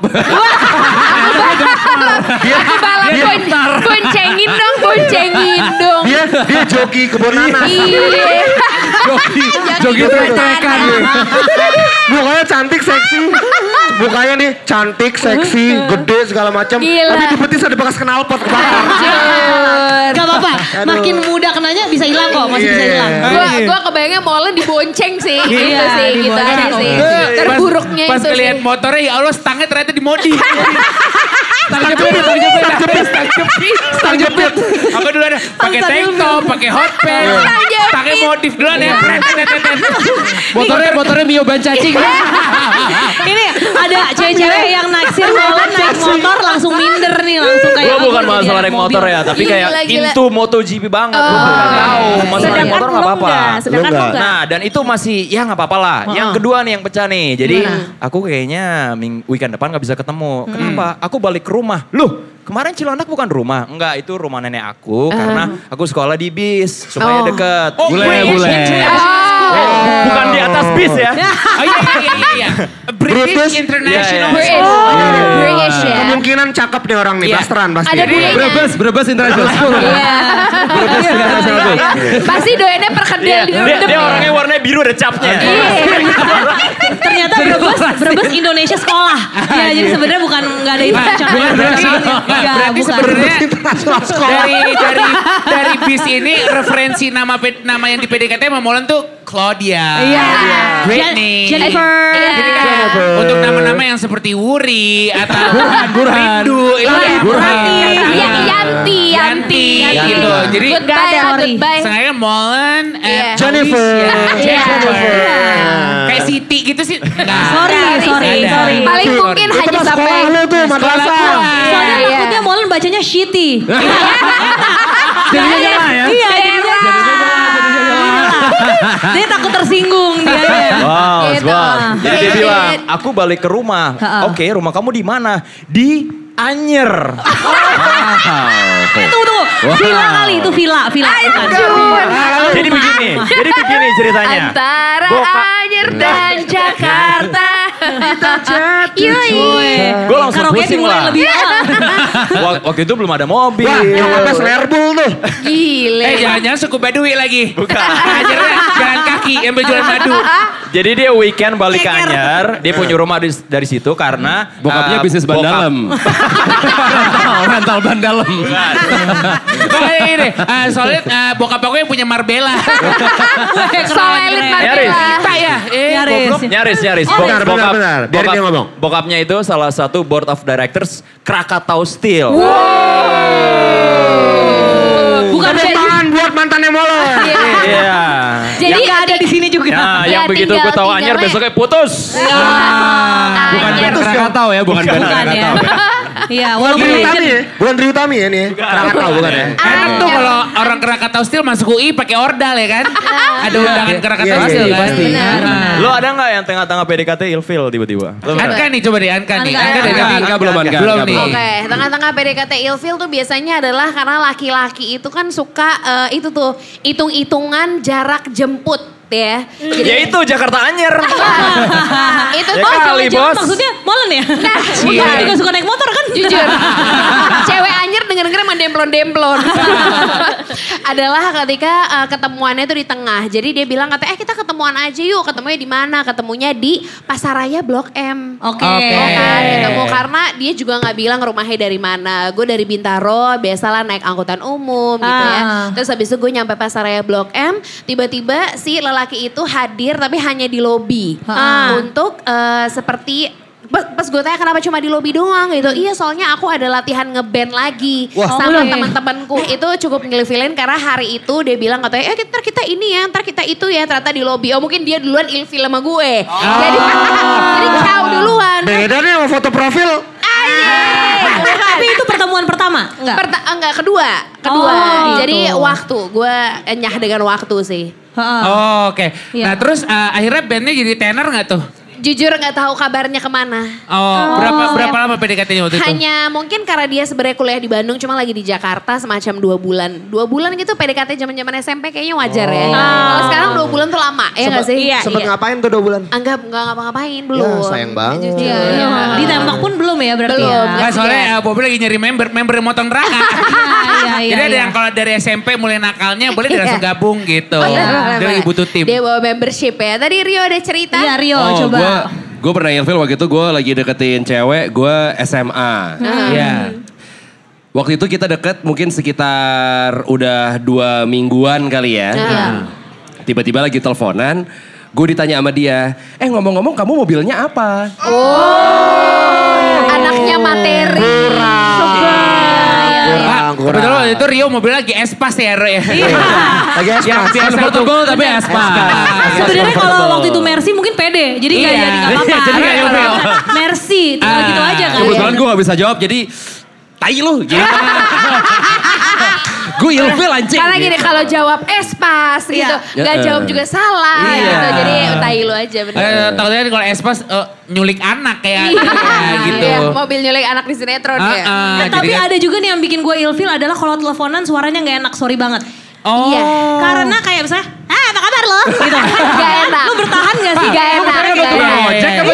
Speaker 2: Kepala bon, boncengin dong, boncengin dong.
Speaker 6: Dia dia joki kebun nanas. Gitu.
Speaker 2: Iya.
Speaker 1: Jogi trek-trekan.
Speaker 6: Mukanya cantik seksi. Mukanya nih cantik, seksi, gede segala macam.
Speaker 2: Gila.
Speaker 6: Tapi di betis ada bekas knalpot kebakar.
Speaker 4: Gak apa-apa, makin muda kenanya bisa hilang kok, masih bisa
Speaker 6: Iya,
Speaker 4: hilang.
Speaker 6: iya,
Speaker 2: Gua, gua kebayangnya Molen dibonceng sih, gitu
Speaker 4: Iya,
Speaker 2: sih, gitu
Speaker 4: dibonceng.
Speaker 2: aja sih.
Speaker 7: Pas-
Speaker 2: Terburuknya
Speaker 7: pas
Speaker 2: itu sih.
Speaker 7: ngeliat motornya ya Allah stangnya ternyata dimodif. Stang jepit, stang jepit, stang jepit, stang jepit, stang jepit. Apa dulu ada pakai tank top, pakai hot pants,
Speaker 2: Stang jepit.
Speaker 7: stangnya modif duluan ya. Pret, pret, pret, pret.
Speaker 1: Motornya, motornya Mio ban cacing.
Speaker 7: Iya.
Speaker 4: Ini ada cewek-cewek yang naksir Molen naik motor langsung minder nih langsung kayak.
Speaker 8: Gue
Speaker 4: "Aku
Speaker 8: bukan
Speaker 4: udah
Speaker 8: masalah
Speaker 4: di
Speaker 8: naik
Speaker 4: mobil."
Speaker 8: motor ya, tapi
Speaker 2: Gila,
Speaker 8: kayak
Speaker 2: gila.
Speaker 8: into MotoGP banget.
Speaker 2: Oh.
Speaker 8: Gue nggak tahu, masalah naik
Speaker 3: Sedangkan
Speaker 8: motor nggak
Speaker 3: lo
Speaker 8: apa-apa.
Speaker 3: enggak, sedangkan
Speaker 6: Lo
Speaker 3: lo
Speaker 6: enggak.
Speaker 3: enggak.
Speaker 8: Nah dan itu masih ya nggak apa-apa lah. Yang kedua nih yang pecah nih. Jadi aku kayaknya ming- weekend depan nggak bisa ketemu. Kenapa? Aku balik ke rumah. Loh kemarin Cilandak bukan rumah. Enggak itu rumah nenek aku karena aku sekolah di bis supaya deket. Oh,
Speaker 1: Bule,
Speaker 7: wait,
Speaker 1: bule.
Speaker 7: wait, wait.
Speaker 2: oh,
Speaker 8: Bukan di atas bis ya.
Speaker 7: Oh iya, iya, iya, iya, iya. British Iya, International.
Speaker 2: British, British ya.
Speaker 6: Kemungkinan cakep nih orang nih,
Speaker 7: Iya.
Speaker 6: blasteran pasti.
Speaker 2: Ada bule
Speaker 1: Brebes, Brebes International.
Speaker 2: Iya. Pasti doainnya perkedel di
Speaker 8: Iya.
Speaker 2: Iya.
Speaker 8: Dia,
Speaker 2: duduk
Speaker 8: dia
Speaker 2: ya.
Speaker 8: orangnya Iya. warnanya biru ada capnya.
Speaker 4: Ternyata Brebes, Brebes Indonesia sekolah. Ya jadi sebenarnya bukan nggak ada Iya, itu.
Speaker 1: bukan berarti-
Speaker 7: Berarti sebenarnya dari dari dari bis ini referensi nama pe- nama yang di PDKT sama Molen tuh Claudia.
Speaker 4: Iya.
Speaker 3: Eh,
Speaker 7: Britney.
Speaker 4: Jennifer.
Speaker 7: Jadi kan untuk nama-nama yang seperti Wuri atau
Speaker 1: Burhan, Burhan.
Speaker 7: Rindu itu
Speaker 1: Iya,
Speaker 7: ya.
Speaker 1: Burhan.
Speaker 2: Ya, Yanti, Yanti.
Speaker 7: Yanti, gitu. Jadi-
Speaker 4: Nggak
Speaker 2: goodbye,
Speaker 4: ada,
Speaker 2: lah,
Speaker 4: sorry.
Speaker 2: goodbye.
Speaker 7: Sengaja Molen
Speaker 2: Iya.
Speaker 7: and
Speaker 6: Jennifer.
Speaker 7: Alicia.
Speaker 2: Iya.
Speaker 7: Jennifer.
Speaker 2: Iya.
Speaker 7: Kayak Siti gitu sih. Nah,
Speaker 4: Sorry, sorry,
Speaker 7: Nggak ada.
Speaker 4: sorry.
Speaker 2: Paling mungkin
Speaker 6: Itu
Speaker 2: hanya
Speaker 6: mah
Speaker 2: sampai
Speaker 6: sekolah lu tuh, madrasah.
Speaker 4: Soalnya
Speaker 2: Iya.
Speaker 4: takutnya Molen bacanya shitty.
Speaker 1: Jadinya nyala ya.
Speaker 4: Iya, jadinya. Dia takut tersinggung dia.
Speaker 8: Wow,
Speaker 2: Gitu.
Speaker 8: wow. Jadi dia
Speaker 2: Jadi-
Speaker 8: bilang, aku balik ke rumah.
Speaker 4: Ha-ha.
Speaker 8: Oke, rumah kamu di mana? Di Anyer.
Speaker 4: Eh, tunggu, tunggu. Villa kali itu villa, villa. bukan.
Speaker 8: Jadi begini, jadi begini ceritanya.
Speaker 2: antara
Speaker 8: Boka-
Speaker 2: Anyer dan Jakarta.
Speaker 4: Cuy.
Speaker 2: Yoi.
Speaker 8: Gue langsung
Speaker 4: Karaoke
Speaker 8: pusing
Speaker 4: dimulai
Speaker 8: lah.
Speaker 4: lebih awal.
Speaker 8: Wak- Waktu itu belum ada mobil.
Speaker 6: Wah, yang atas Red Bull tuh.
Speaker 2: Gile.
Speaker 7: Eh jangan-jangan suku Badui lagi.
Speaker 8: Bukan.
Speaker 7: Ajarnya jalan kaki yang berjualan madu.
Speaker 8: Jadi dia weekend balik ke
Speaker 4: Ceker.
Speaker 8: Anyer, dia punya rumah di- dari situ karena
Speaker 1: Bokapnya
Speaker 6: Ah,
Speaker 8: eh,
Speaker 1: bisnis ban
Speaker 8: bokap-
Speaker 1: dalam. rental, rental ban dalam.
Speaker 7: Makanya ini, eh, soalnya eh, bokap aku yang punya Marbella.
Speaker 2: Soal elit
Speaker 8: Nyaris.
Speaker 2: Marbella.
Speaker 7: Kita ya, eh,
Speaker 4: Nyaris.
Speaker 7: goblok.
Speaker 8: Nyaris, nyaris.
Speaker 6: Oh, benar, benar, benar. Biarin dia ngomong.
Speaker 8: Bokapnya itu salah satu board of directors Krakatau Steel.
Speaker 4: Bukan
Speaker 6: Tebakan buat mantannya Molen.
Speaker 2: Iya.
Speaker 8: Iya.
Speaker 2: Jadi
Speaker 4: Yang gak ada di sini juga.
Speaker 8: Nah,
Speaker 2: Ya,
Speaker 8: yang begitu gue
Speaker 2: tinggal-
Speaker 8: tahu Anyer
Speaker 2: tinggalnya.
Speaker 8: besoknya putus.
Speaker 2: Iya.
Speaker 8: Ah,
Speaker 1: Bukan
Speaker 2: Anyer.
Speaker 1: ban Krakatau ya, bukan ban
Speaker 4: Bukan ya.
Speaker 1: Krakatau.
Speaker 4: Iya,
Speaker 6: Bukan
Speaker 4: walaupun
Speaker 6: Tri Utami ya?
Speaker 4: legend.
Speaker 6: Bukan Tri Utami ya nih ya? Krakatau bukan ya?
Speaker 7: Enak tuh kalau orang Krakatau Steel masuk UI pakai ordal ya kan? Ada undangan Krakatau
Speaker 6: Iya, iya,
Speaker 7: Steel
Speaker 6: iya,
Speaker 7: kan?
Speaker 1: pasti.
Speaker 7: Benar.
Speaker 8: Lo ada nggak yang tengah-tengah PDKT ilfil tiba-tiba? Lo nggak?
Speaker 7: Anka nih coba deh, Anka nih.
Speaker 4: Anka,
Speaker 7: Anka dari
Speaker 1: Anka,
Speaker 7: tadi.
Speaker 1: Anka belum, Anka,
Speaker 7: Belum
Speaker 1: Anka
Speaker 7: nih.
Speaker 1: belum.
Speaker 2: Oke, tengah-tengah PDKT ilfil tuh biasanya adalah karena laki-laki itu kan suka eh, itu tuh hitung-hitungan jarak jemput ya. Jadi
Speaker 8: Ya itu Jakarta Anyer.
Speaker 2: itu
Speaker 8: Ya
Speaker 2: tuh
Speaker 8: kali,
Speaker 2: jemput.
Speaker 8: Bos. Iya.
Speaker 4: Maksudnya Molen ya?
Speaker 2: Nah,
Speaker 4: Bukan juga suka naik motor kan?
Speaker 2: jujur. Cewek anjir denger-denger mandem demplon-demplon. Adalah ketika eh, ketemuannya itu di tengah. Jadi dia bilang katanya, eh kita ketemuan aja yuk. Ketemunya di mana? Ketemunya di Pasaraya Blok M.
Speaker 4: Oke.
Speaker 7: Oke.
Speaker 2: Ya kan,
Speaker 7: Eh.
Speaker 2: ketemu karena dia juga nggak bilang rumahnya dari mana. Gue dari Bintaro, biasalah naik angkutan umum gitu ya.
Speaker 4: Ah.
Speaker 2: Terus habis itu gue nyampe Pasaraya Blok M, tiba-tiba si lelaki itu hadir tapi hanya di lobi
Speaker 4: Ah.
Speaker 2: untuk eh, seperti pas, pas gue tanya kenapa cuma di lobi doang gitu. Iya soalnya aku ada latihan ngeband lagi
Speaker 4: Wah.
Speaker 2: sama
Speaker 4: Oke.
Speaker 2: teman-temanku itu cukup ngilfilin karena hari itu dia bilang katanya eh ntar kita ini ya, ntar kita itu ya ternyata di lobi. Oh mungkin dia duluan ilfil sama gue. Jadi jadi kau duluan.
Speaker 6: Beda nih sama foto profil.
Speaker 4: Tapi itu pertemuan pertama? Enggak.
Speaker 2: Perta- ah, enggak kedua, kedua.
Speaker 4: Oh,
Speaker 2: Jadi
Speaker 4: gitu.
Speaker 2: waktu gue enyah dengan waktu sih.
Speaker 4: Heeh.
Speaker 7: Oh, Oke.
Speaker 4: Iya.
Speaker 7: Nah terus eh, akhirnya bandnya jadi tenor nggak tuh?
Speaker 2: Jujur nggak tahu kabarnya kemana.
Speaker 7: Oh, berapa berapa lama PDKT-nya waktu itu?
Speaker 2: Hanya mungkin karena dia sebenarnya kuliah di Bandung, cuma lagi di Jakarta semacam dua bulan. Dua bulan gitu PDKT zaman zaman SMP kayaknya wajar ya. Kalau sekarang dua bulan tuh lama, ya nggak sih?
Speaker 3: iya,
Speaker 6: Sempet
Speaker 3: iya.
Speaker 6: ngapain tuh 2 bulan?
Speaker 2: Anggap nggak ngapa-ngapain belum.
Speaker 6: Ya sayang banget.
Speaker 2: Iya.
Speaker 4: Ditembak pun belum ya berarti
Speaker 2: Belum.
Speaker 4: ya?
Speaker 7: Nggak, soalnya eh, Bobby lagi nyari member, member yang motong neraka.
Speaker 4: Iya, iya,
Speaker 7: Jadi ada
Speaker 4: iya.
Speaker 7: yang kalau dari SMP mulai nakalnya boleh dia langsung
Speaker 2: Iya.
Speaker 7: gabung gitu.
Speaker 2: Oh, iya, boleh,
Speaker 7: Dia lagi
Speaker 2: boleh.
Speaker 7: butuh tim.
Speaker 2: Dia bawa membership ya. Tadi Rio ada cerita.
Speaker 4: Iya Rio coba.
Speaker 1: Oh, Gua, gua pernah ilfil waktu itu gue lagi deketin cewek, gue SMA.
Speaker 7: Iya.
Speaker 1: Waktu itu kita deket mungkin sekitar udah dua mingguan kali ya.
Speaker 7: Iya.
Speaker 1: Tiba-tiba lagi teleponan, gue ditanya sama dia, eh ngomong-ngomong kamu mobilnya apa?
Speaker 7: Oh,
Speaker 2: Anaknya materi. Iya,
Speaker 7: Ah,
Speaker 6: Kurang, kurang.
Speaker 7: Kebetulan waktu itu Rio mobilnya lagi Espas ya Ro ya.
Speaker 6: Lagi es
Speaker 7: Yang
Speaker 6: mas.
Speaker 7: biasa Portugal tapi ya, Espas.
Speaker 4: Ah, Sebenarnya kalau waktu itu Mercy mungkin pede, jadi nggak iya. jadi
Speaker 7: Iya.
Speaker 4: nggak apa-apa.
Speaker 7: Jadi nggak
Speaker 4: Kalau
Speaker 7: ilfil.
Speaker 4: Mercy, tinggal
Speaker 7: Ah.
Speaker 4: gitu aja kan.
Speaker 1: Kebetulan gue gak bisa jawab jadi tai lu gitu. gue ilfil anjing.
Speaker 2: Karena gini kalau jawab es pas gitu,
Speaker 1: Iya.
Speaker 2: nggak jawab juga salah
Speaker 1: Iya.
Speaker 2: gitu. Jadi tai lu aja bener.
Speaker 7: Eh, Takutnya kalau Espas eh, nyulik anak kayak kayak gitu.
Speaker 2: Iya, mobil nyulik anak di sinetron
Speaker 7: Ah,
Speaker 2: ya.
Speaker 7: ah,
Speaker 4: Eh, tapi
Speaker 7: jadi-
Speaker 4: ada juga nih yang bikin gue ilfil adalah kalau teleponan suaranya nggak enak, sorry banget.
Speaker 7: Oh.
Speaker 2: Iya.
Speaker 4: Karena kayak misalnya, ah apa kabar lo? Gitu.
Speaker 2: Gak enak.
Speaker 4: Lo bertahan gak sih?
Speaker 2: Gak enak. Gak
Speaker 7: tukang
Speaker 2: enak.
Speaker 7: ojek apa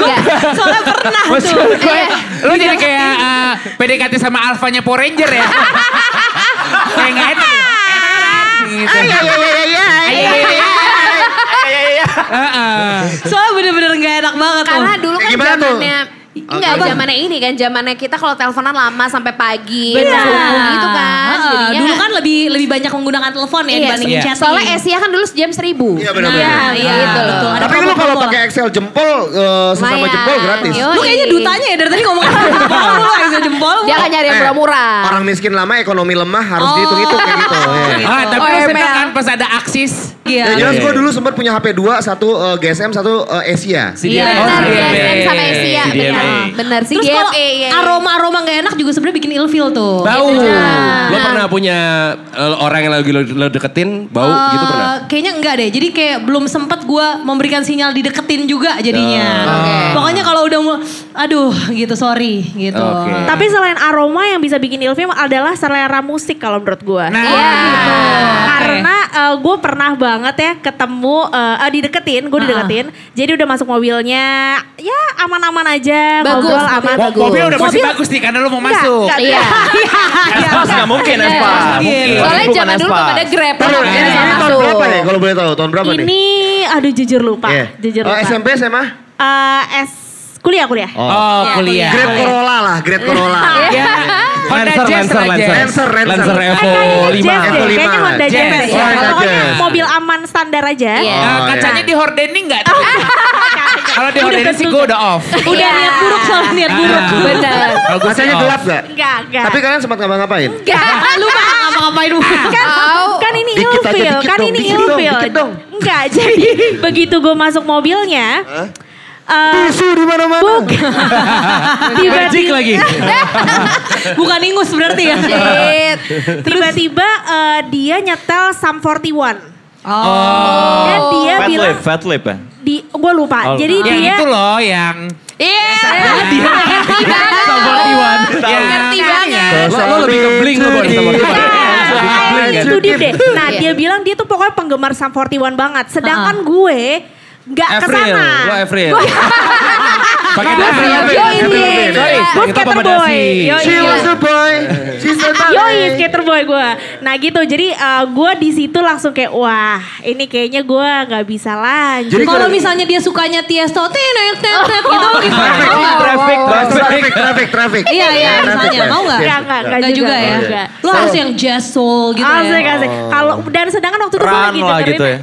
Speaker 2: Gak.
Speaker 4: Soalnya pernah tuh.
Speaker 2: Iya.
Speaker 7: Lu jadi kayak eh, PDKT sama alfanya Power Ranger ya. Kayak gak enak. Gitu.
Speaker 6: Iya.
Speaker 7: Heeh.
Speaker 4: Soalnya bener-bener gak enak banget tuh.
Speaker 2: Karena dulu kan
Speaker 6: Gimana tuh?
Speaker 2: zamannya Enggak, zamannya ini kan, zamannya kita kalau teleponan lama sampai pagi, subuh gitu kan.
Speaker 4: Heeh,
Speaker 2: Jadinya
Speaker 4: dulu
Speaker 2: nggak-
Speaker 4: kan lebih lebih banyak menggunakan telepon ya
Speaker 2: Iya,
Speaker 4: dibandingin
Speaker 7: iya.
Speaker 4: chatting.
Speaker 2: Soalnya Asia kan dulu jam seribu.
Speaker 6: Iya
Speaker 4: Nah,
Speaker 6: benar-benar.
Speaker 4: iya,
Speaker 2: Gitu loh.
Speaker 4: betul. Ada
Speaker 6: Tapi lu kalau
Speaker 4: promo-promo lah.
Speaker 6: pakai Excel jempol, eh, sesama
Speaker 2: Lumayan.
Speaker 6: jempol gratis.
Speaker 2: Yo.
Speaker 4: Lu kayaknya dutanya ya dari tadi ngomong jempol lu Iya. Aiza jempol.
Speaker 2: Dia akan nyari yang
Speaker 6: Eh,
Speaker 2: murah-murah.
Speaker 6: Orang miskin lama ekonomi lemah harus
Speaker 4: Oh.
Speaker 6: dihitung-hitung kayak gitu. Iya.
Speaker 7: Ah, tapi lu
Speaker 2: OML.
Speaker 7: seneng kan pas ada aksis.
Speaker 4: Iya.
Speaker 6: Ya, jelas gue dulu sempat punya HP 2, satu eh, GSM, satu eh,
Speaker 4: Iya.
Speaker 6: Asia.
Speaker 2: Benar,
Speaker 7: Oh,
Speaker 2: dia
Speaker 7: CDMA.
Speaker 2: kan sama Asia.
Speaker 1: CDMA.
Speaker 2: Benar, benar. Si
Speaker 4: Terus kalau
Speaker 2: GMA ya.
Speaker 4: aroma-aroma gak enak juga sebenarnya bikin ilfil tuh.
Speaker 7: Bau.
Speaker 1: Lo pernah punya eh, orang yang lagi lo, lo deketin bau
Speaker 4: Eh,
Speaker 1: gitu pernah?
Speaker 4: Kayaknya enggak deh. Jadi kayak belum sempet gue memberikan sinyal dideketin juga jadinya. Pokoknya kalau udah mau, aduh gitu sorry gitu.
Speaker 1: Oke.
Speaker 3: Tapi selain aroma yang bisa bikin ilfil adalah selera musik kalau menurut gue.
Speaker 7: Nah,
Speaker 3: Karena gue pernah banget ya ketemu eh eh, dideketin,
Speaker 4: Ah.
Speaker 3: gue dideketin. Jadi udah masuk mobilnya, ya aman-aman aja,
Speaker 2: Bagus,
Speaker 3: ngobrol
Speaker 2: mobil.
Speaker 3: aman.
Speaker 7: Mo- mobil udah pasti
Speaker 3: Mobil-
Speaker 7: bagus nih karena lu mau
Speaker 3: Enggak,
Speaker 7: masuk.
Speaker 3: enggak,
Speaker 2: Iya.
Speaker 8: Espas nggak mungkin Espas.
Speaker 7: Nggak mungkin.
Speaker 2: Soalnya
Speaker 8: Bukan
Speaker 2: zaman dulu
Speaker 8: Espas.
Speaker 2: belum ada Grab.
Speaker 6: Tahu,
Speaker 2: belum
Speaker 6: ini,
Speaker 2: ada
Speaker 6: ini tahun
Speaker 2: masuk.
Speaker 6: berapa ya kalau boleh tahu? Tahun berapa
Speaker 4: Iya.
Speaker 6: nih?
Speaker 3: Ini aduh jujur lupa,
Speaker 6: Iya.
Speaker 3: jujur
Speaker 6: Oh,
Speaker 3: lupa.
Speaker 6: SMP SMA?
Speaker 3: Eh, S kuliah kuliah.
Speaker 7: Oh, kuliah.
Speaker 6: Grade Corolla lah, Grade Corolla.
Speaker 7: Ya. Honda Jazz aja.
Speaker 6: Lancer, Lancer.
Speaker 1: Lancer Evo
Speaker 3: Kayaknya
Speaker 1: 5.
Speaker 3: Jazz Kan deh,
Speaker 6: Evo lima.
Speaker 3: kayaknya Honda Jazz,
Speaker 7: Jazz.
Speaker 3: ya.
Speaker 6: Honda
Speaker 3: Pokoknya
Speaker 6: Jazz.
Speaker 3: mobil aman standar aja.
Speaker 2: Iya.
Speaker 7: Eh,
Speaker 6: Oh,
Speaker 7: kacanya
Speaker 6: iya.
Speaker 7: di hordening enggak tuh? Kalau di hordening sih gue udah off.
Speaker 4: Udah
Speaker 2: Iya.
Speaker 4: niat buruk soalnya niat buruk.
Speaker 7: Ah.
Speaker 2: Benar.
Speaker 7: Kalau gua sih
Speaker 6: Masanya
Speaker 7: off.
Speaker 6: gelap gak?
Speaker 3: Enggak, enggak.
Speaker 6: Tapi kan- kalian sempat ngapa-ngapain?
Speaker 4: Ah, lu mah ngapa-ngapain lu.
Speaker 3: kan,
Speaker 2: Au.
Speaker 3: kan ini
Speaker 6: Dikit aja,
Speaker 3: ilfil,
Speaker 6: dikit
Speaker 3: kan
Speaker 6: dong,
Speaker 3: ini
Speaker 6: dikit dong,
Speaker 3: ilfil.
Speaker 6: dikit dong.
Speaker 3: Enggak, jadi begitu gue masuk mobilnya, eh,
Speaker 6: Tisu di mana-mana. Gitu
Speaker 1: Magic lagi.
Speaker 4: Bukan ingus berarti ya.
Speaker 3: tiba-tiba eh, dia nyetel Sum 41.
Speaker 4: Oh.
Speaker 3: Dan dia
Speaker 8: Fat
Speaker 3: bilang,
Speaker 8: lip, fat lip ya.
Speaker 3: di, gue lupa.
Speaker 8: Oh,
Speaker 3: jadi
Speaker 7: Yang
Speaker 3: dia,
Speaker 7: itu loh yang
Speaker 2: Iya.
Speaker 7: sama Iwan. Yang
Speaker 2: Ngerti
Speaker 7: Iya.
Speaker 2: banget.
Speaker 1: Lo, lo lebih ke bling lo Bon,
Speaker 8: Iya.
Speaker 1: sama
Speaker 6: Ah,
Speaker 1: gue.
Speaker 6: iya,
Speaker 3: Nah,
Speaker 6: Bling,
Speaker 3: itu dia deh. Nah
Speaker 2: Iya. Ah.
Speaker 3: dia bilang dia tuh pokoknya penggemar Sum 41 banget. Sedangkan gue nggak
Speaker 1: April,
Speaker 3: kesana.
Speaker 1: lo April. Pakai
Speaker 3: Gue
Speaker 1: apa?
Speaker 3: Yo ini,
Speaker 8: Iya.
Speaker 7: Iya.
Speaker 1: Sorry,
Speaker 3: gue
Speaker 1: kita
Speaker 3: skater
Speaker 1: pembedasin.
Speaker 3: boy. Yo
Speaker 6: She was a boy. Sister boy.
Speaker 3: Ah, Yoi, skater boy gue. Nah gitu, jadi eh, gue di situ langsung kayak wah ini kayaknya gue nggak bisa lanjut.
Speaker 6: Jadi
Speaker 4: Kalau
Speaker 6: kalau-
Speaker 4: misalnya dia sukanya Tiesto, tenet, tenet gitu gimana?
Speaker 6: Traffic,
Speaker 4: Mau nggak?
Speaker 8: traffic,
Speaker 6: Traffic, traffic, traffic.
Speaker 4: Iya, iya, misalnya. Mau nggak?
Speaker 3: Enggak, enggak, enggak,
Speaker 4: Enggak juga ya.
Speaker 3: Enggak.
Speaker 4: Lo harus yang jazz soul gitu
Speaker 3: asik,
Speaker 4: ya.
Speaker 3: asik. Kalau dan sedangkan waktu itu gue
Speaker 8: Run
Speaker 3: lagi
Speaker 8: lah
Speaker 3: dengerin- Eh,
Speaker 8: gitu ya.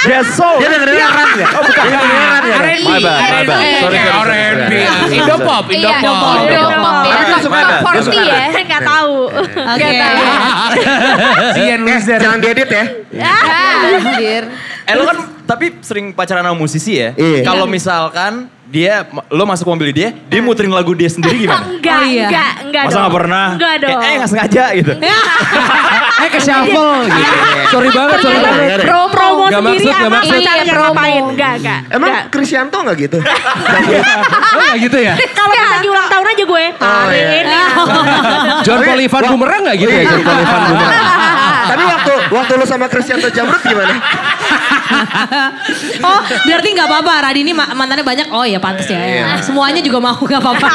Speaker 6: Dia dengerin kan ya? Oh bukan. Dia dengerin kan ya?
Speaker 7: R&B,
Speaker 8: My bad, my
Speaker 7: R&B,
Speaker 8: bad. Sorry,
Speaker 7: ya,
Speaker 8: sorry,
Speaker 7: R&B.
Speaker 8: sorry, sorry.
Speaker 7: Indopop,
Speaker 2: Iya,
Speaker 7: Indopop.
Speaker 2: Indopop. ya.
Speaker 6: Dia
Speaker 2: Top-
Speaker 6: suka
Speaker 2: top
Speaker 6: nggak? Dia
Speaker 2: 40
Speaker 6: suka
Speaker 2: ya.
Speaker 3: Enggak tahu.
Speaker 4: Oke.
Speaker 7: Sian
Speaker 6: Eh,
Speaker 7: loser.
Speaker 6: jangan diedit ya.
Speaker 2: Ah, Anjir.
Speaker 8: Eh lo kan tapi sering pacaran sama musisi ya?
Speaker 6: Iya.
Speaker 8: Kalau misalkan dia, lo masuk mobil dia, dia muterin lagu dia sendiri gimana?
Speaker 3: Enggak,
Speaker 4: Oh, iya.
Speaker 3: enggak, enggak
Speaker 8: Masa
Speaker 3: dong.
Speaker 8: gak pernah?
Speaker 3: Enggak
Speaker 8: Kayak,
Speaker 3: dong.
Speaker 8: Eh gak sengaja gitu.
Speaker 1: Eh ke shuffle gitu. Sorry banget, sorry banget.
Speaker 6: Dengerin.
Speaker 3: Promo
Speaker 1: Nggak
Speaker 3: sendiri
Speaker 1: maksud, nggak
Speaker 3: sama
Speaker 1: maksud.
Speaker 3: pacarnya
Speaker 2: Iya, promo.
Speaker 3: ngapain. Enggak, enggak.
Speaker 6: Emang
Speaker 3: enggak.
Speaker 6: Krisyanto nggak gitu?
Speaker 1: Oh gak gitu ya?
Speaker 3: kalau bisa diulang tahun aja gue. Hari
Speaker 6: iya.
Speaker 3: ini.
Speaker 1: John Polivan Bumerang gak gitu ya? John Polivan Bumerang.
Speaker 6: Tapi waktu waktu lu sama Krisyanto Jamrut gimana?
Speaker 4: Oh, berarti nggak apa-apa. Radini ma- mantannya banyak. Oh ya pantas ya.
Speaker 7: Iya.
Speaker 4: Semuanya juga mau nggak apa-apa.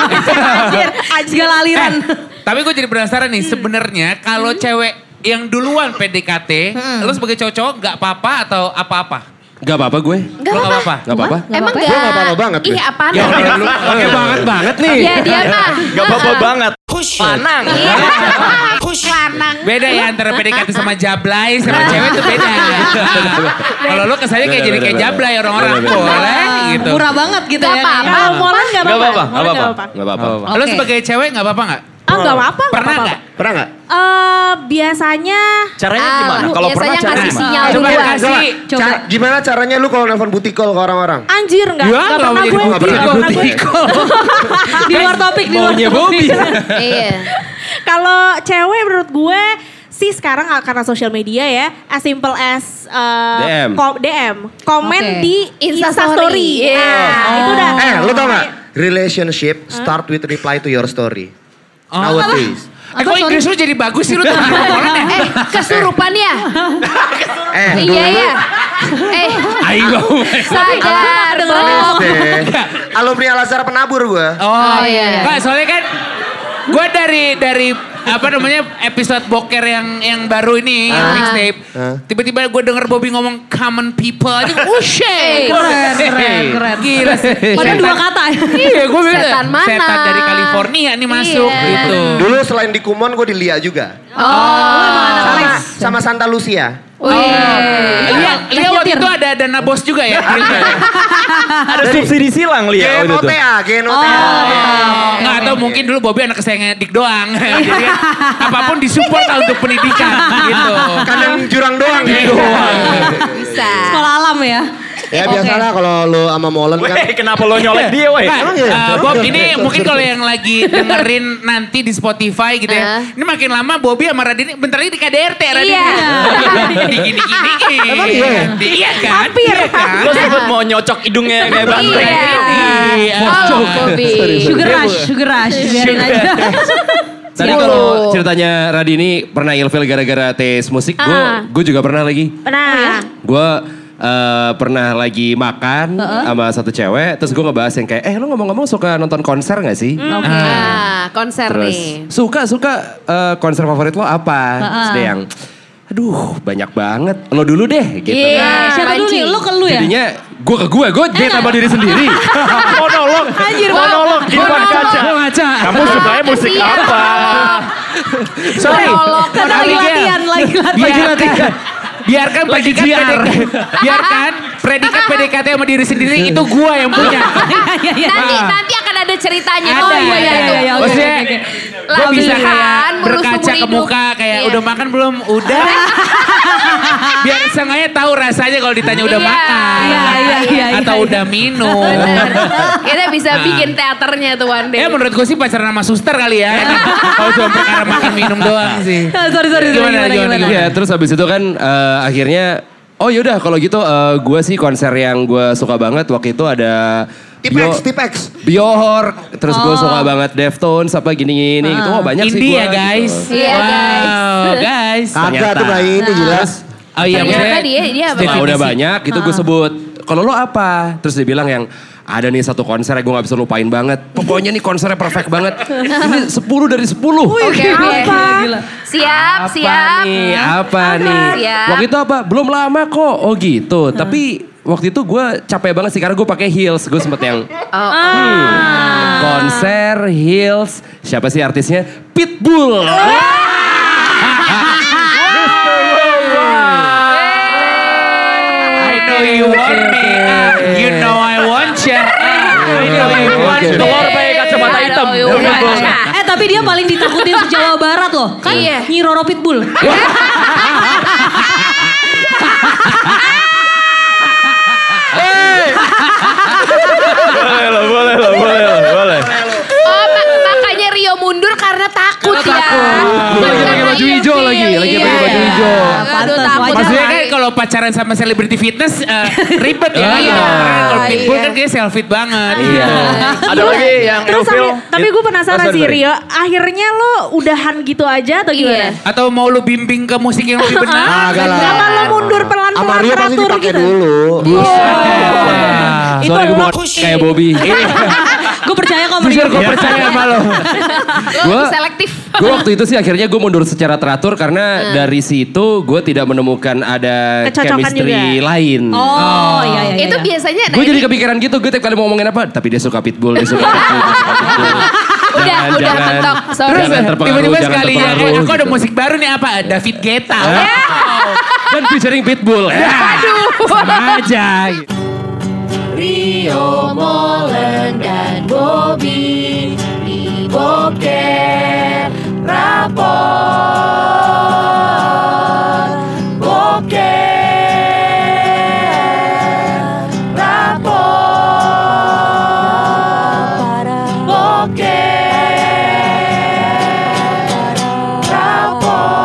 Speaker 4: Segala aliran.
Speaker 7: Eh, Tapi gue jadi penasaran nih sebenarnya kalau cewek yang duluan PDKT, lo sebagai cowok-cowok nggak apa-apa atau apa-apa?
Speaker 1: Gak apa-apa gue.
Speaker 7: Lo Gak apa-apa.
Speaker 1: Gak apa-apa.
Speaker 2: Emang enggak.
Speaker 4: apa-apa
Speaker 6: Gua nggak apa-apa banget,
Speaker 2: Ih
Speaker 6: gue.
Speaker 2: apaan?
Speaker 1: Ya udah lu pakai banget banget nih.
Speaker 7: Iya,
Speaker 2: Ya dia mah.
Speaker 8: Gak apa-apa
Speaker 2: Ah.
Speaker 8: banget.
Speaker 7: Lanang.
Speaker 2: Lanang.
Speaker 7: Beda ya antara PDKT sama jablay sama cewek itu beda. ya. Kalau lo kesannya kayak jadi kayak jablay orang-orang boleh gitu.
Speaker 4: Murah banget gitu
Speaker 2: Nggak
Speaker 4: ya.
Speaker 2: apa-apa.
Speaker 3: Kalau molen enggak
Speaker 8: Nggak
Speaker 3: apa-apa.
Speaker 8: apa-apa,
Speaker 3: Molen
Speaker 8: nggak
Speaker 3: nggak
Speaker 8: apa-apa.
Speaker 1: Gak apa-apa.
Speaker 7: Lo
Speaker 4: Oke.
Speaker 7: sebagai cewek nggak apa-apa nggak?
Speaker 3: Ah, enggak apa-apa. nggak
Speaker 7: Pernah
Speaker 3: apa-apa.
Speaker 7: nggak?
Speaker 6: Pernah nggak?
Speaker 3: Eh, biasanya
Speaker 8: Caranya
Speaker 2: Ah,
Speaker 8: gimana?
Speaker 2: lu
Speaker 8: Kalau
Speaker 2: biasanya
Speaker 8: pernah caranya
Speaker 2: ngasih
Speaker 8: gimana?
Speaker 2: sinyal
Speaker 7: Coba
Speaker 2: duluan.
Speaker 7: kasih.
Speaker 4: Coba.
Speaker 6: Ca- gimana caranya lu kalau nelfon butik call ke orang-orang?
Speaker 3: anjir enggak.
Speaker 7: Ya,
Speaker 3: Enggak
Speaker 7: nggak
Speaker 3: pernah
Speaker 7: mau
Speaker 3: gue.
Speaker 7: jadi
Speaker 6: nggak pernah.
Speaker 3: Nggak pernah gue.
Speaker 7: Butikol.
Speaker 4: Di luar topik, di luar
Speaker 1: Maunya Bobby.
Speaker 7: Eh,
Speaker 4: topik.
Speaker 2: Iya.
Speaker 3: Kalau cewek menurut gue sih sekarang ah, karena sosial media ya as simple as uh,
Speaker 1: DM.
Speaker 3: ko- DM komen
Speaker 4: Oke.
Speaker 3: di
Speaker 2: Instastory.
Speaker 3: Instastory
Speaker 2: Iya.
Speaker 3: Nah, itu
Speaker 7: Oh.
Speaker 3: udah
Speaker 6: Eh, lu tau gak? Relationship start with reply to your story.
Speaker 7: Oh.
Speaker 6: Nowadays.
Speaker 7: Eh kok Inggris lu jadi bagus sih lu tuh orang
Speaker 2: Eh kesurupan ya?
Speaker 6: Eh, dulu
Speaker 2: Iya ya. Eh
Speaker 1: Ayo.
Speaker 2: sadar dong.
Speaker 6: SD. Alumni Al Azhar penabur gua.
Speaker 7: Oh,
Speaker 2: Oh, iya, iya.
Speaker 7: Nggak, soalnya kan gue dari dari apa namanya episode boker yang yang baru ini yang mixtape.
Speaker 6: Ah.
Speaker 7: Tiba-tiba gue denger Bobby ngomong common people aja. Oh shit.
Speaker 4: Keren, keren, keren.
Speaker 7: Gila sih.
Speaker 4: Padahal
Speaker 7: Setan-
Speaker 4: dua kata. ya.
Speaker 7: Iya, gue bilang
Speaker 2: Setan mana?
Speaker 7: Setan dari California nih masuk
Speaker 2: Iya.
Speaker 7: gitu.
Speaker 6: Dulu selain di Kumon gua di Lia juga.
Speaker 2: Oh.
Speaker 6: Sama sama Santa Lucia.
Speaker 2: Wih.
Speaker 7: Lia, Lia waktu itu ada dana bos juga ya.
Speaker 8: Ada subsidi silang Lia waktu itu.
Speaker 6: Genotea, Genotea.
Speaker 7: Oh. Nggak atau mungkin dulu Bobby anak kesayangan Dik doang. Jadi kan, apapun disupport lah untuk pendidikan gitu.
Speaker 6: Kadang jurang doang
Speaker 7: Iya.
Speaker 6: gitu.
Speaker 2: Bisa.
Speaker 4: Sekolah alam ya.
Speaker 6: Ya biasalah kalau lu sama Molen
Speaker 8: Weh,
Speaker 6: kan.
Speaker 8: kenapa lo nyolek dia weh?
Speaker 7: Nah, eh,
Speaker 6: iya?
Speaker 7: Bob ini mungkin kalau yang lagi dengerin nanti di Spotify gitu ya.
Speaker 4: Eh.
Speaker 2: Heeh.
Speaker 7: Ini makin lama Bobby sama Radini bentar lagi di KDRT Radini.
Speaker 2: Iya.
Speaker 7: Gini gini gini.
Speaker 6: Emang iya ya?
Speaker 7: Iya kan? Hampir. kan?
Speaker 8: Lo sempet mau nyocok hidungnya kayak banteng.
Speaker 2: Iya.
Speaker 7: Iya.
Speaker 2: Oh, Bobby.
Speaker 4: Sugar rush, sugar rush.
Speaker 2: Iya.
Speaker 4: Biarin aja.
Speaker 1: Tadi
Speaker 2: Siap.
Speaker 1: kalau ceritanya Radini pernah ilfil gara-gara tes musik, gue
Speaker 3: Ah.
Speaker 1: gue juga pernah lagi.
Speaker 2: Oh, iya.
Speaker 3: nah
Speaker 1: Gue eh, pernah lagi makan sama satu cewek, terus gue ngebahas yang kayak, eh lu ngomong-ngomong suka nonton konser gak sih?
Speaker 2: Ah, konser
Speaker 1: Terus
Speaker 2: nih.
Speaker 1: suka suka eh, konser favorit lo apa? Terus dia yang, aduh banyak banget. Lo dulu deh gitu.
Speaker 2: Iya,
Speaker 4: Nah, Siapa dulu nih? Lo ke lu ya?
Speaker 1: Jadinya gue ke gue, gue date sama diri sendiri.
Speaker 8: Monolog. Monolog di
Speaker 2: Oh,
Speaker 8: depan kaca.
Speaker 1: Gue ngaca.
Speaker 8: Kamu sukanya musik
Speaker 2: Iya.
Speaker 8: apa?
Speaker 1: Sorry.
Speaker 4: Karena lagi latihan, lagi
Speaker 1: Lagi
Speaker 4: latihan.
Speaker 1: latihan.
Speaker 7: Biarkan kan
Speaker 1: Lagi
Speaker 7: predikat
Speaker 1: GR.
Speaker 7: PDKT. Biarkan predikat PDKT sama diri sendiri itu gua yang punya.
Speaker 4: Iya, iya.
Speaker 2: Nanti
Speaker 7: Ah.
Speaker 2: nanti akan ada ceritanya.
Speaker 7: Ada,
Speaker 2: oh iya,
Speaker 7: ada,
Speaker 2: iya, itu.
Speaker 4: ada, ada. oke,
Speaker 7: Maksudnya
Speaker 4: oke, oke.
Speaker 7: gue bisa
Speaker 2: Latihan,
Speaker 7: kayak
Speaker 2: murus
Speaker 7: ya, berkaca
Speaker 2: seumur
Speaker 7: ke
Speaker 2: hidup.
Speaker 7: muka kayak
Speaker 2: Iya.
Speaker 7: udah makan belum? Udah. Biar sengaja tahu rasanya kalau ditanya udah
Speaker 2: Iya,
Speaker 7: makan.
Speaker 4: iya, iya, iya, iya.
Speaker 7: Atau udah minum.
Speaker 2: Bener. Kita bisa bikin teaternya tuh one day.
Speaker 7: Ya Ah. menurut gue sih pacaran sama suster kali ya. Kalau cuma perkara makan minum doang sih.
Speaker 4: Ah, Sorry, sorry, sorry.
Speaker 7: Gimana, gimana,
Speaker 1: Iya, terus habis itu kan eh, akhirnya oh yaudah kalau gitu eh, gue sih konser yang gue suka banget waktu itu ada
Speaker 6: Tipex,
Speaker 1: Bio-
Speaker 6: Tipex.
Speaker 1: Bjork, terus gue suka banget Deftones apa gini gini gitu. Wah, banyak sih
Speaker 7: India Ah.
Speaker 1: gua,
Speaker 7: ya, guys.
Speaker 1: gitu.
Speaker 2: Iya,
Speaker 7: wow, guys.
Speaker 6: Kagak
Speaker 1: Ternyata.
Speaker 6: tuh bayi itu jelas.
Speaker 7: Oh iya,
Speaker 2: Ternyata
Speaker 7: maksudnya
Speaker 2: dia- dia apa?
Speaker 1: Setelah udah banyak gitu gue sebut kalau lo apa? Terus dia bilang yang ada nih satu konser yang gue gak bisa lupain banget. Pokoknya nih konsernya perfect banget. Ini 10 dari 10.
Speaker 2: Oke, oke. Siap,
Speaker 1: Apa
Speaker 2: siap.
Speaker 1: nih? Apa nih?
Speaker 2: Siap.
Speaker 1: Waktu itu apa? Belum lama kok. Oh gitu. Tapi waktu itu gue capek banget sih karena gue pakai heels. Gue sempet yang hmm,
Speaker 2: Oh,
Speaker 1: konser heels. Siapa sih artisnya? Pitbull.
Speaker 7: I know you want me. ah. You know I want you. I know you want
Speaker 1: Oke.
Speaker 7: me.
Speaker 8: Telur pakai kacamata
Speaker 2: Aduh, iya. Nah,
Speaker 8: hitam.
Speaker 2: yuk,
Speaker 8: Demi
Speaker 2: udah,
Speaker 8: gua.
Speaker 2: udah.
Speaker 4: Eh tapi dia paling ditakutin se Jawa Barat loh. Kan
Speaker 2: Iya.
Speaker 4: Nyi Roro Pitbull.
Speaker 8: Boleh lah, boleh lah, boleh lah, boleh.
Speaker 2: Oh, ma- makanya Rio mundur karena takut ya.
Speaker 1: Gua lagi pakai baju hijau lagi, lagi pakai baju
Speaker 2: Iya.
Speaker 1: hijau.
Speaker 2: Aduh, takut.
Speaker 4: Pantes, wajar.
Speaker 7: Maksudnya kan kalau pacaran sama selebriti fitness eh, ribet ya.
Speaker 1: Iya.
Speaker 7: Iya. Kalau
Speaker 2: Iya.
Speaker 7: pitbull kan kayaknya selfie banget. gitu.
Speaker 8: Iya. Ada lagi yang
Speaker 3: Terus
Speaker 8: Rufil.
Speaker 3: tapi, tapi gue penasaran
Speaker 8: Oh, sorry,
Speaker 3: sih
Speaker 8: sorry.
Speaker 3: Rio, akhirnya lo udahan gitu aja atau
Speaker 2: Iya.
Speaker 3: gimana?
Speaker 7: Atau mau lu bimbing ke musik yang lebih
Speaker 1: Ah,
Speaker 7: benar?
Speaker 6: Agak lah.
Speaker 3: Apa Nah, lo mundur
Speaker 6: Sama
Speaker 3: pelan-pelan
Speaker 6: Ah, Rio pasti
Speaker 3: teratur
Speaker 6: dipakai
Speaker 3: gitu?
Speaker 7: Ah.
Speaker 6: dulu.
Speaker 1: Sorry gue
Speaker 3: adalah
Speaker 1: bukan kayak Bobby.
Speaker 4: Gue percaya kok sama
Speaker 1: Jujur
Speaker 4: dia.
Speaker 1: gue percaya sama lo.
Speaker 2: Lo
Speaker 1: Iya. Gua-
Speaker 2: selektif.
Speaker 1: Gue waktu itu sih akhirnya gue mundur secara teratur karena dari situ gue tidak menemukan ada
Speaker 3: Kecocokan
Speaker 1: chemistry
Speaker 3: juga.
Speaker 1: lain.
Speaker 4: Oh iya iya.
Speaker 2: Itu
Speaker 4: iya.
Speaker 2: biasanya nah
Speaker 1: Gue jadi
Speaker 2: ini
Speaker 1: kepikiran gitu, gue tiap kali mau ngomongin apa, tapi dia suka pitbull, dia suka pitbull, dia suka pitbull.
Speaker 2: udah
Speaker 1: Jangan,
Speaker 2: udah
Speaker 1: jangan.
Speaker 2: mentok. Sorry.
Speaker 7: Terus
Speaker 1: Jangan terpengaruh,
Speaker 7: tiba-tiba
Speaker 1: jangan
Speaker 7: sekali ya,
Speaker 1: terpengaruh,
Speaker 7: eh, aku ada
Speaker 1: gitu.
Speaker 7: musik baru nih apa? Iya. David Guetta.
Speaker 1: Dan Kan featuring pitbull. Ya,
Speaker 2: Aduh.
Speaker 1: sama aja. gitu.
Speaker 2: Rio Molen dan Bobby di Boker Rapor Boker Rapor Boker Rapor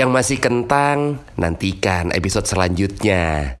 Speaker 5: Yang masih kentang, nantikan episode selanjutnya.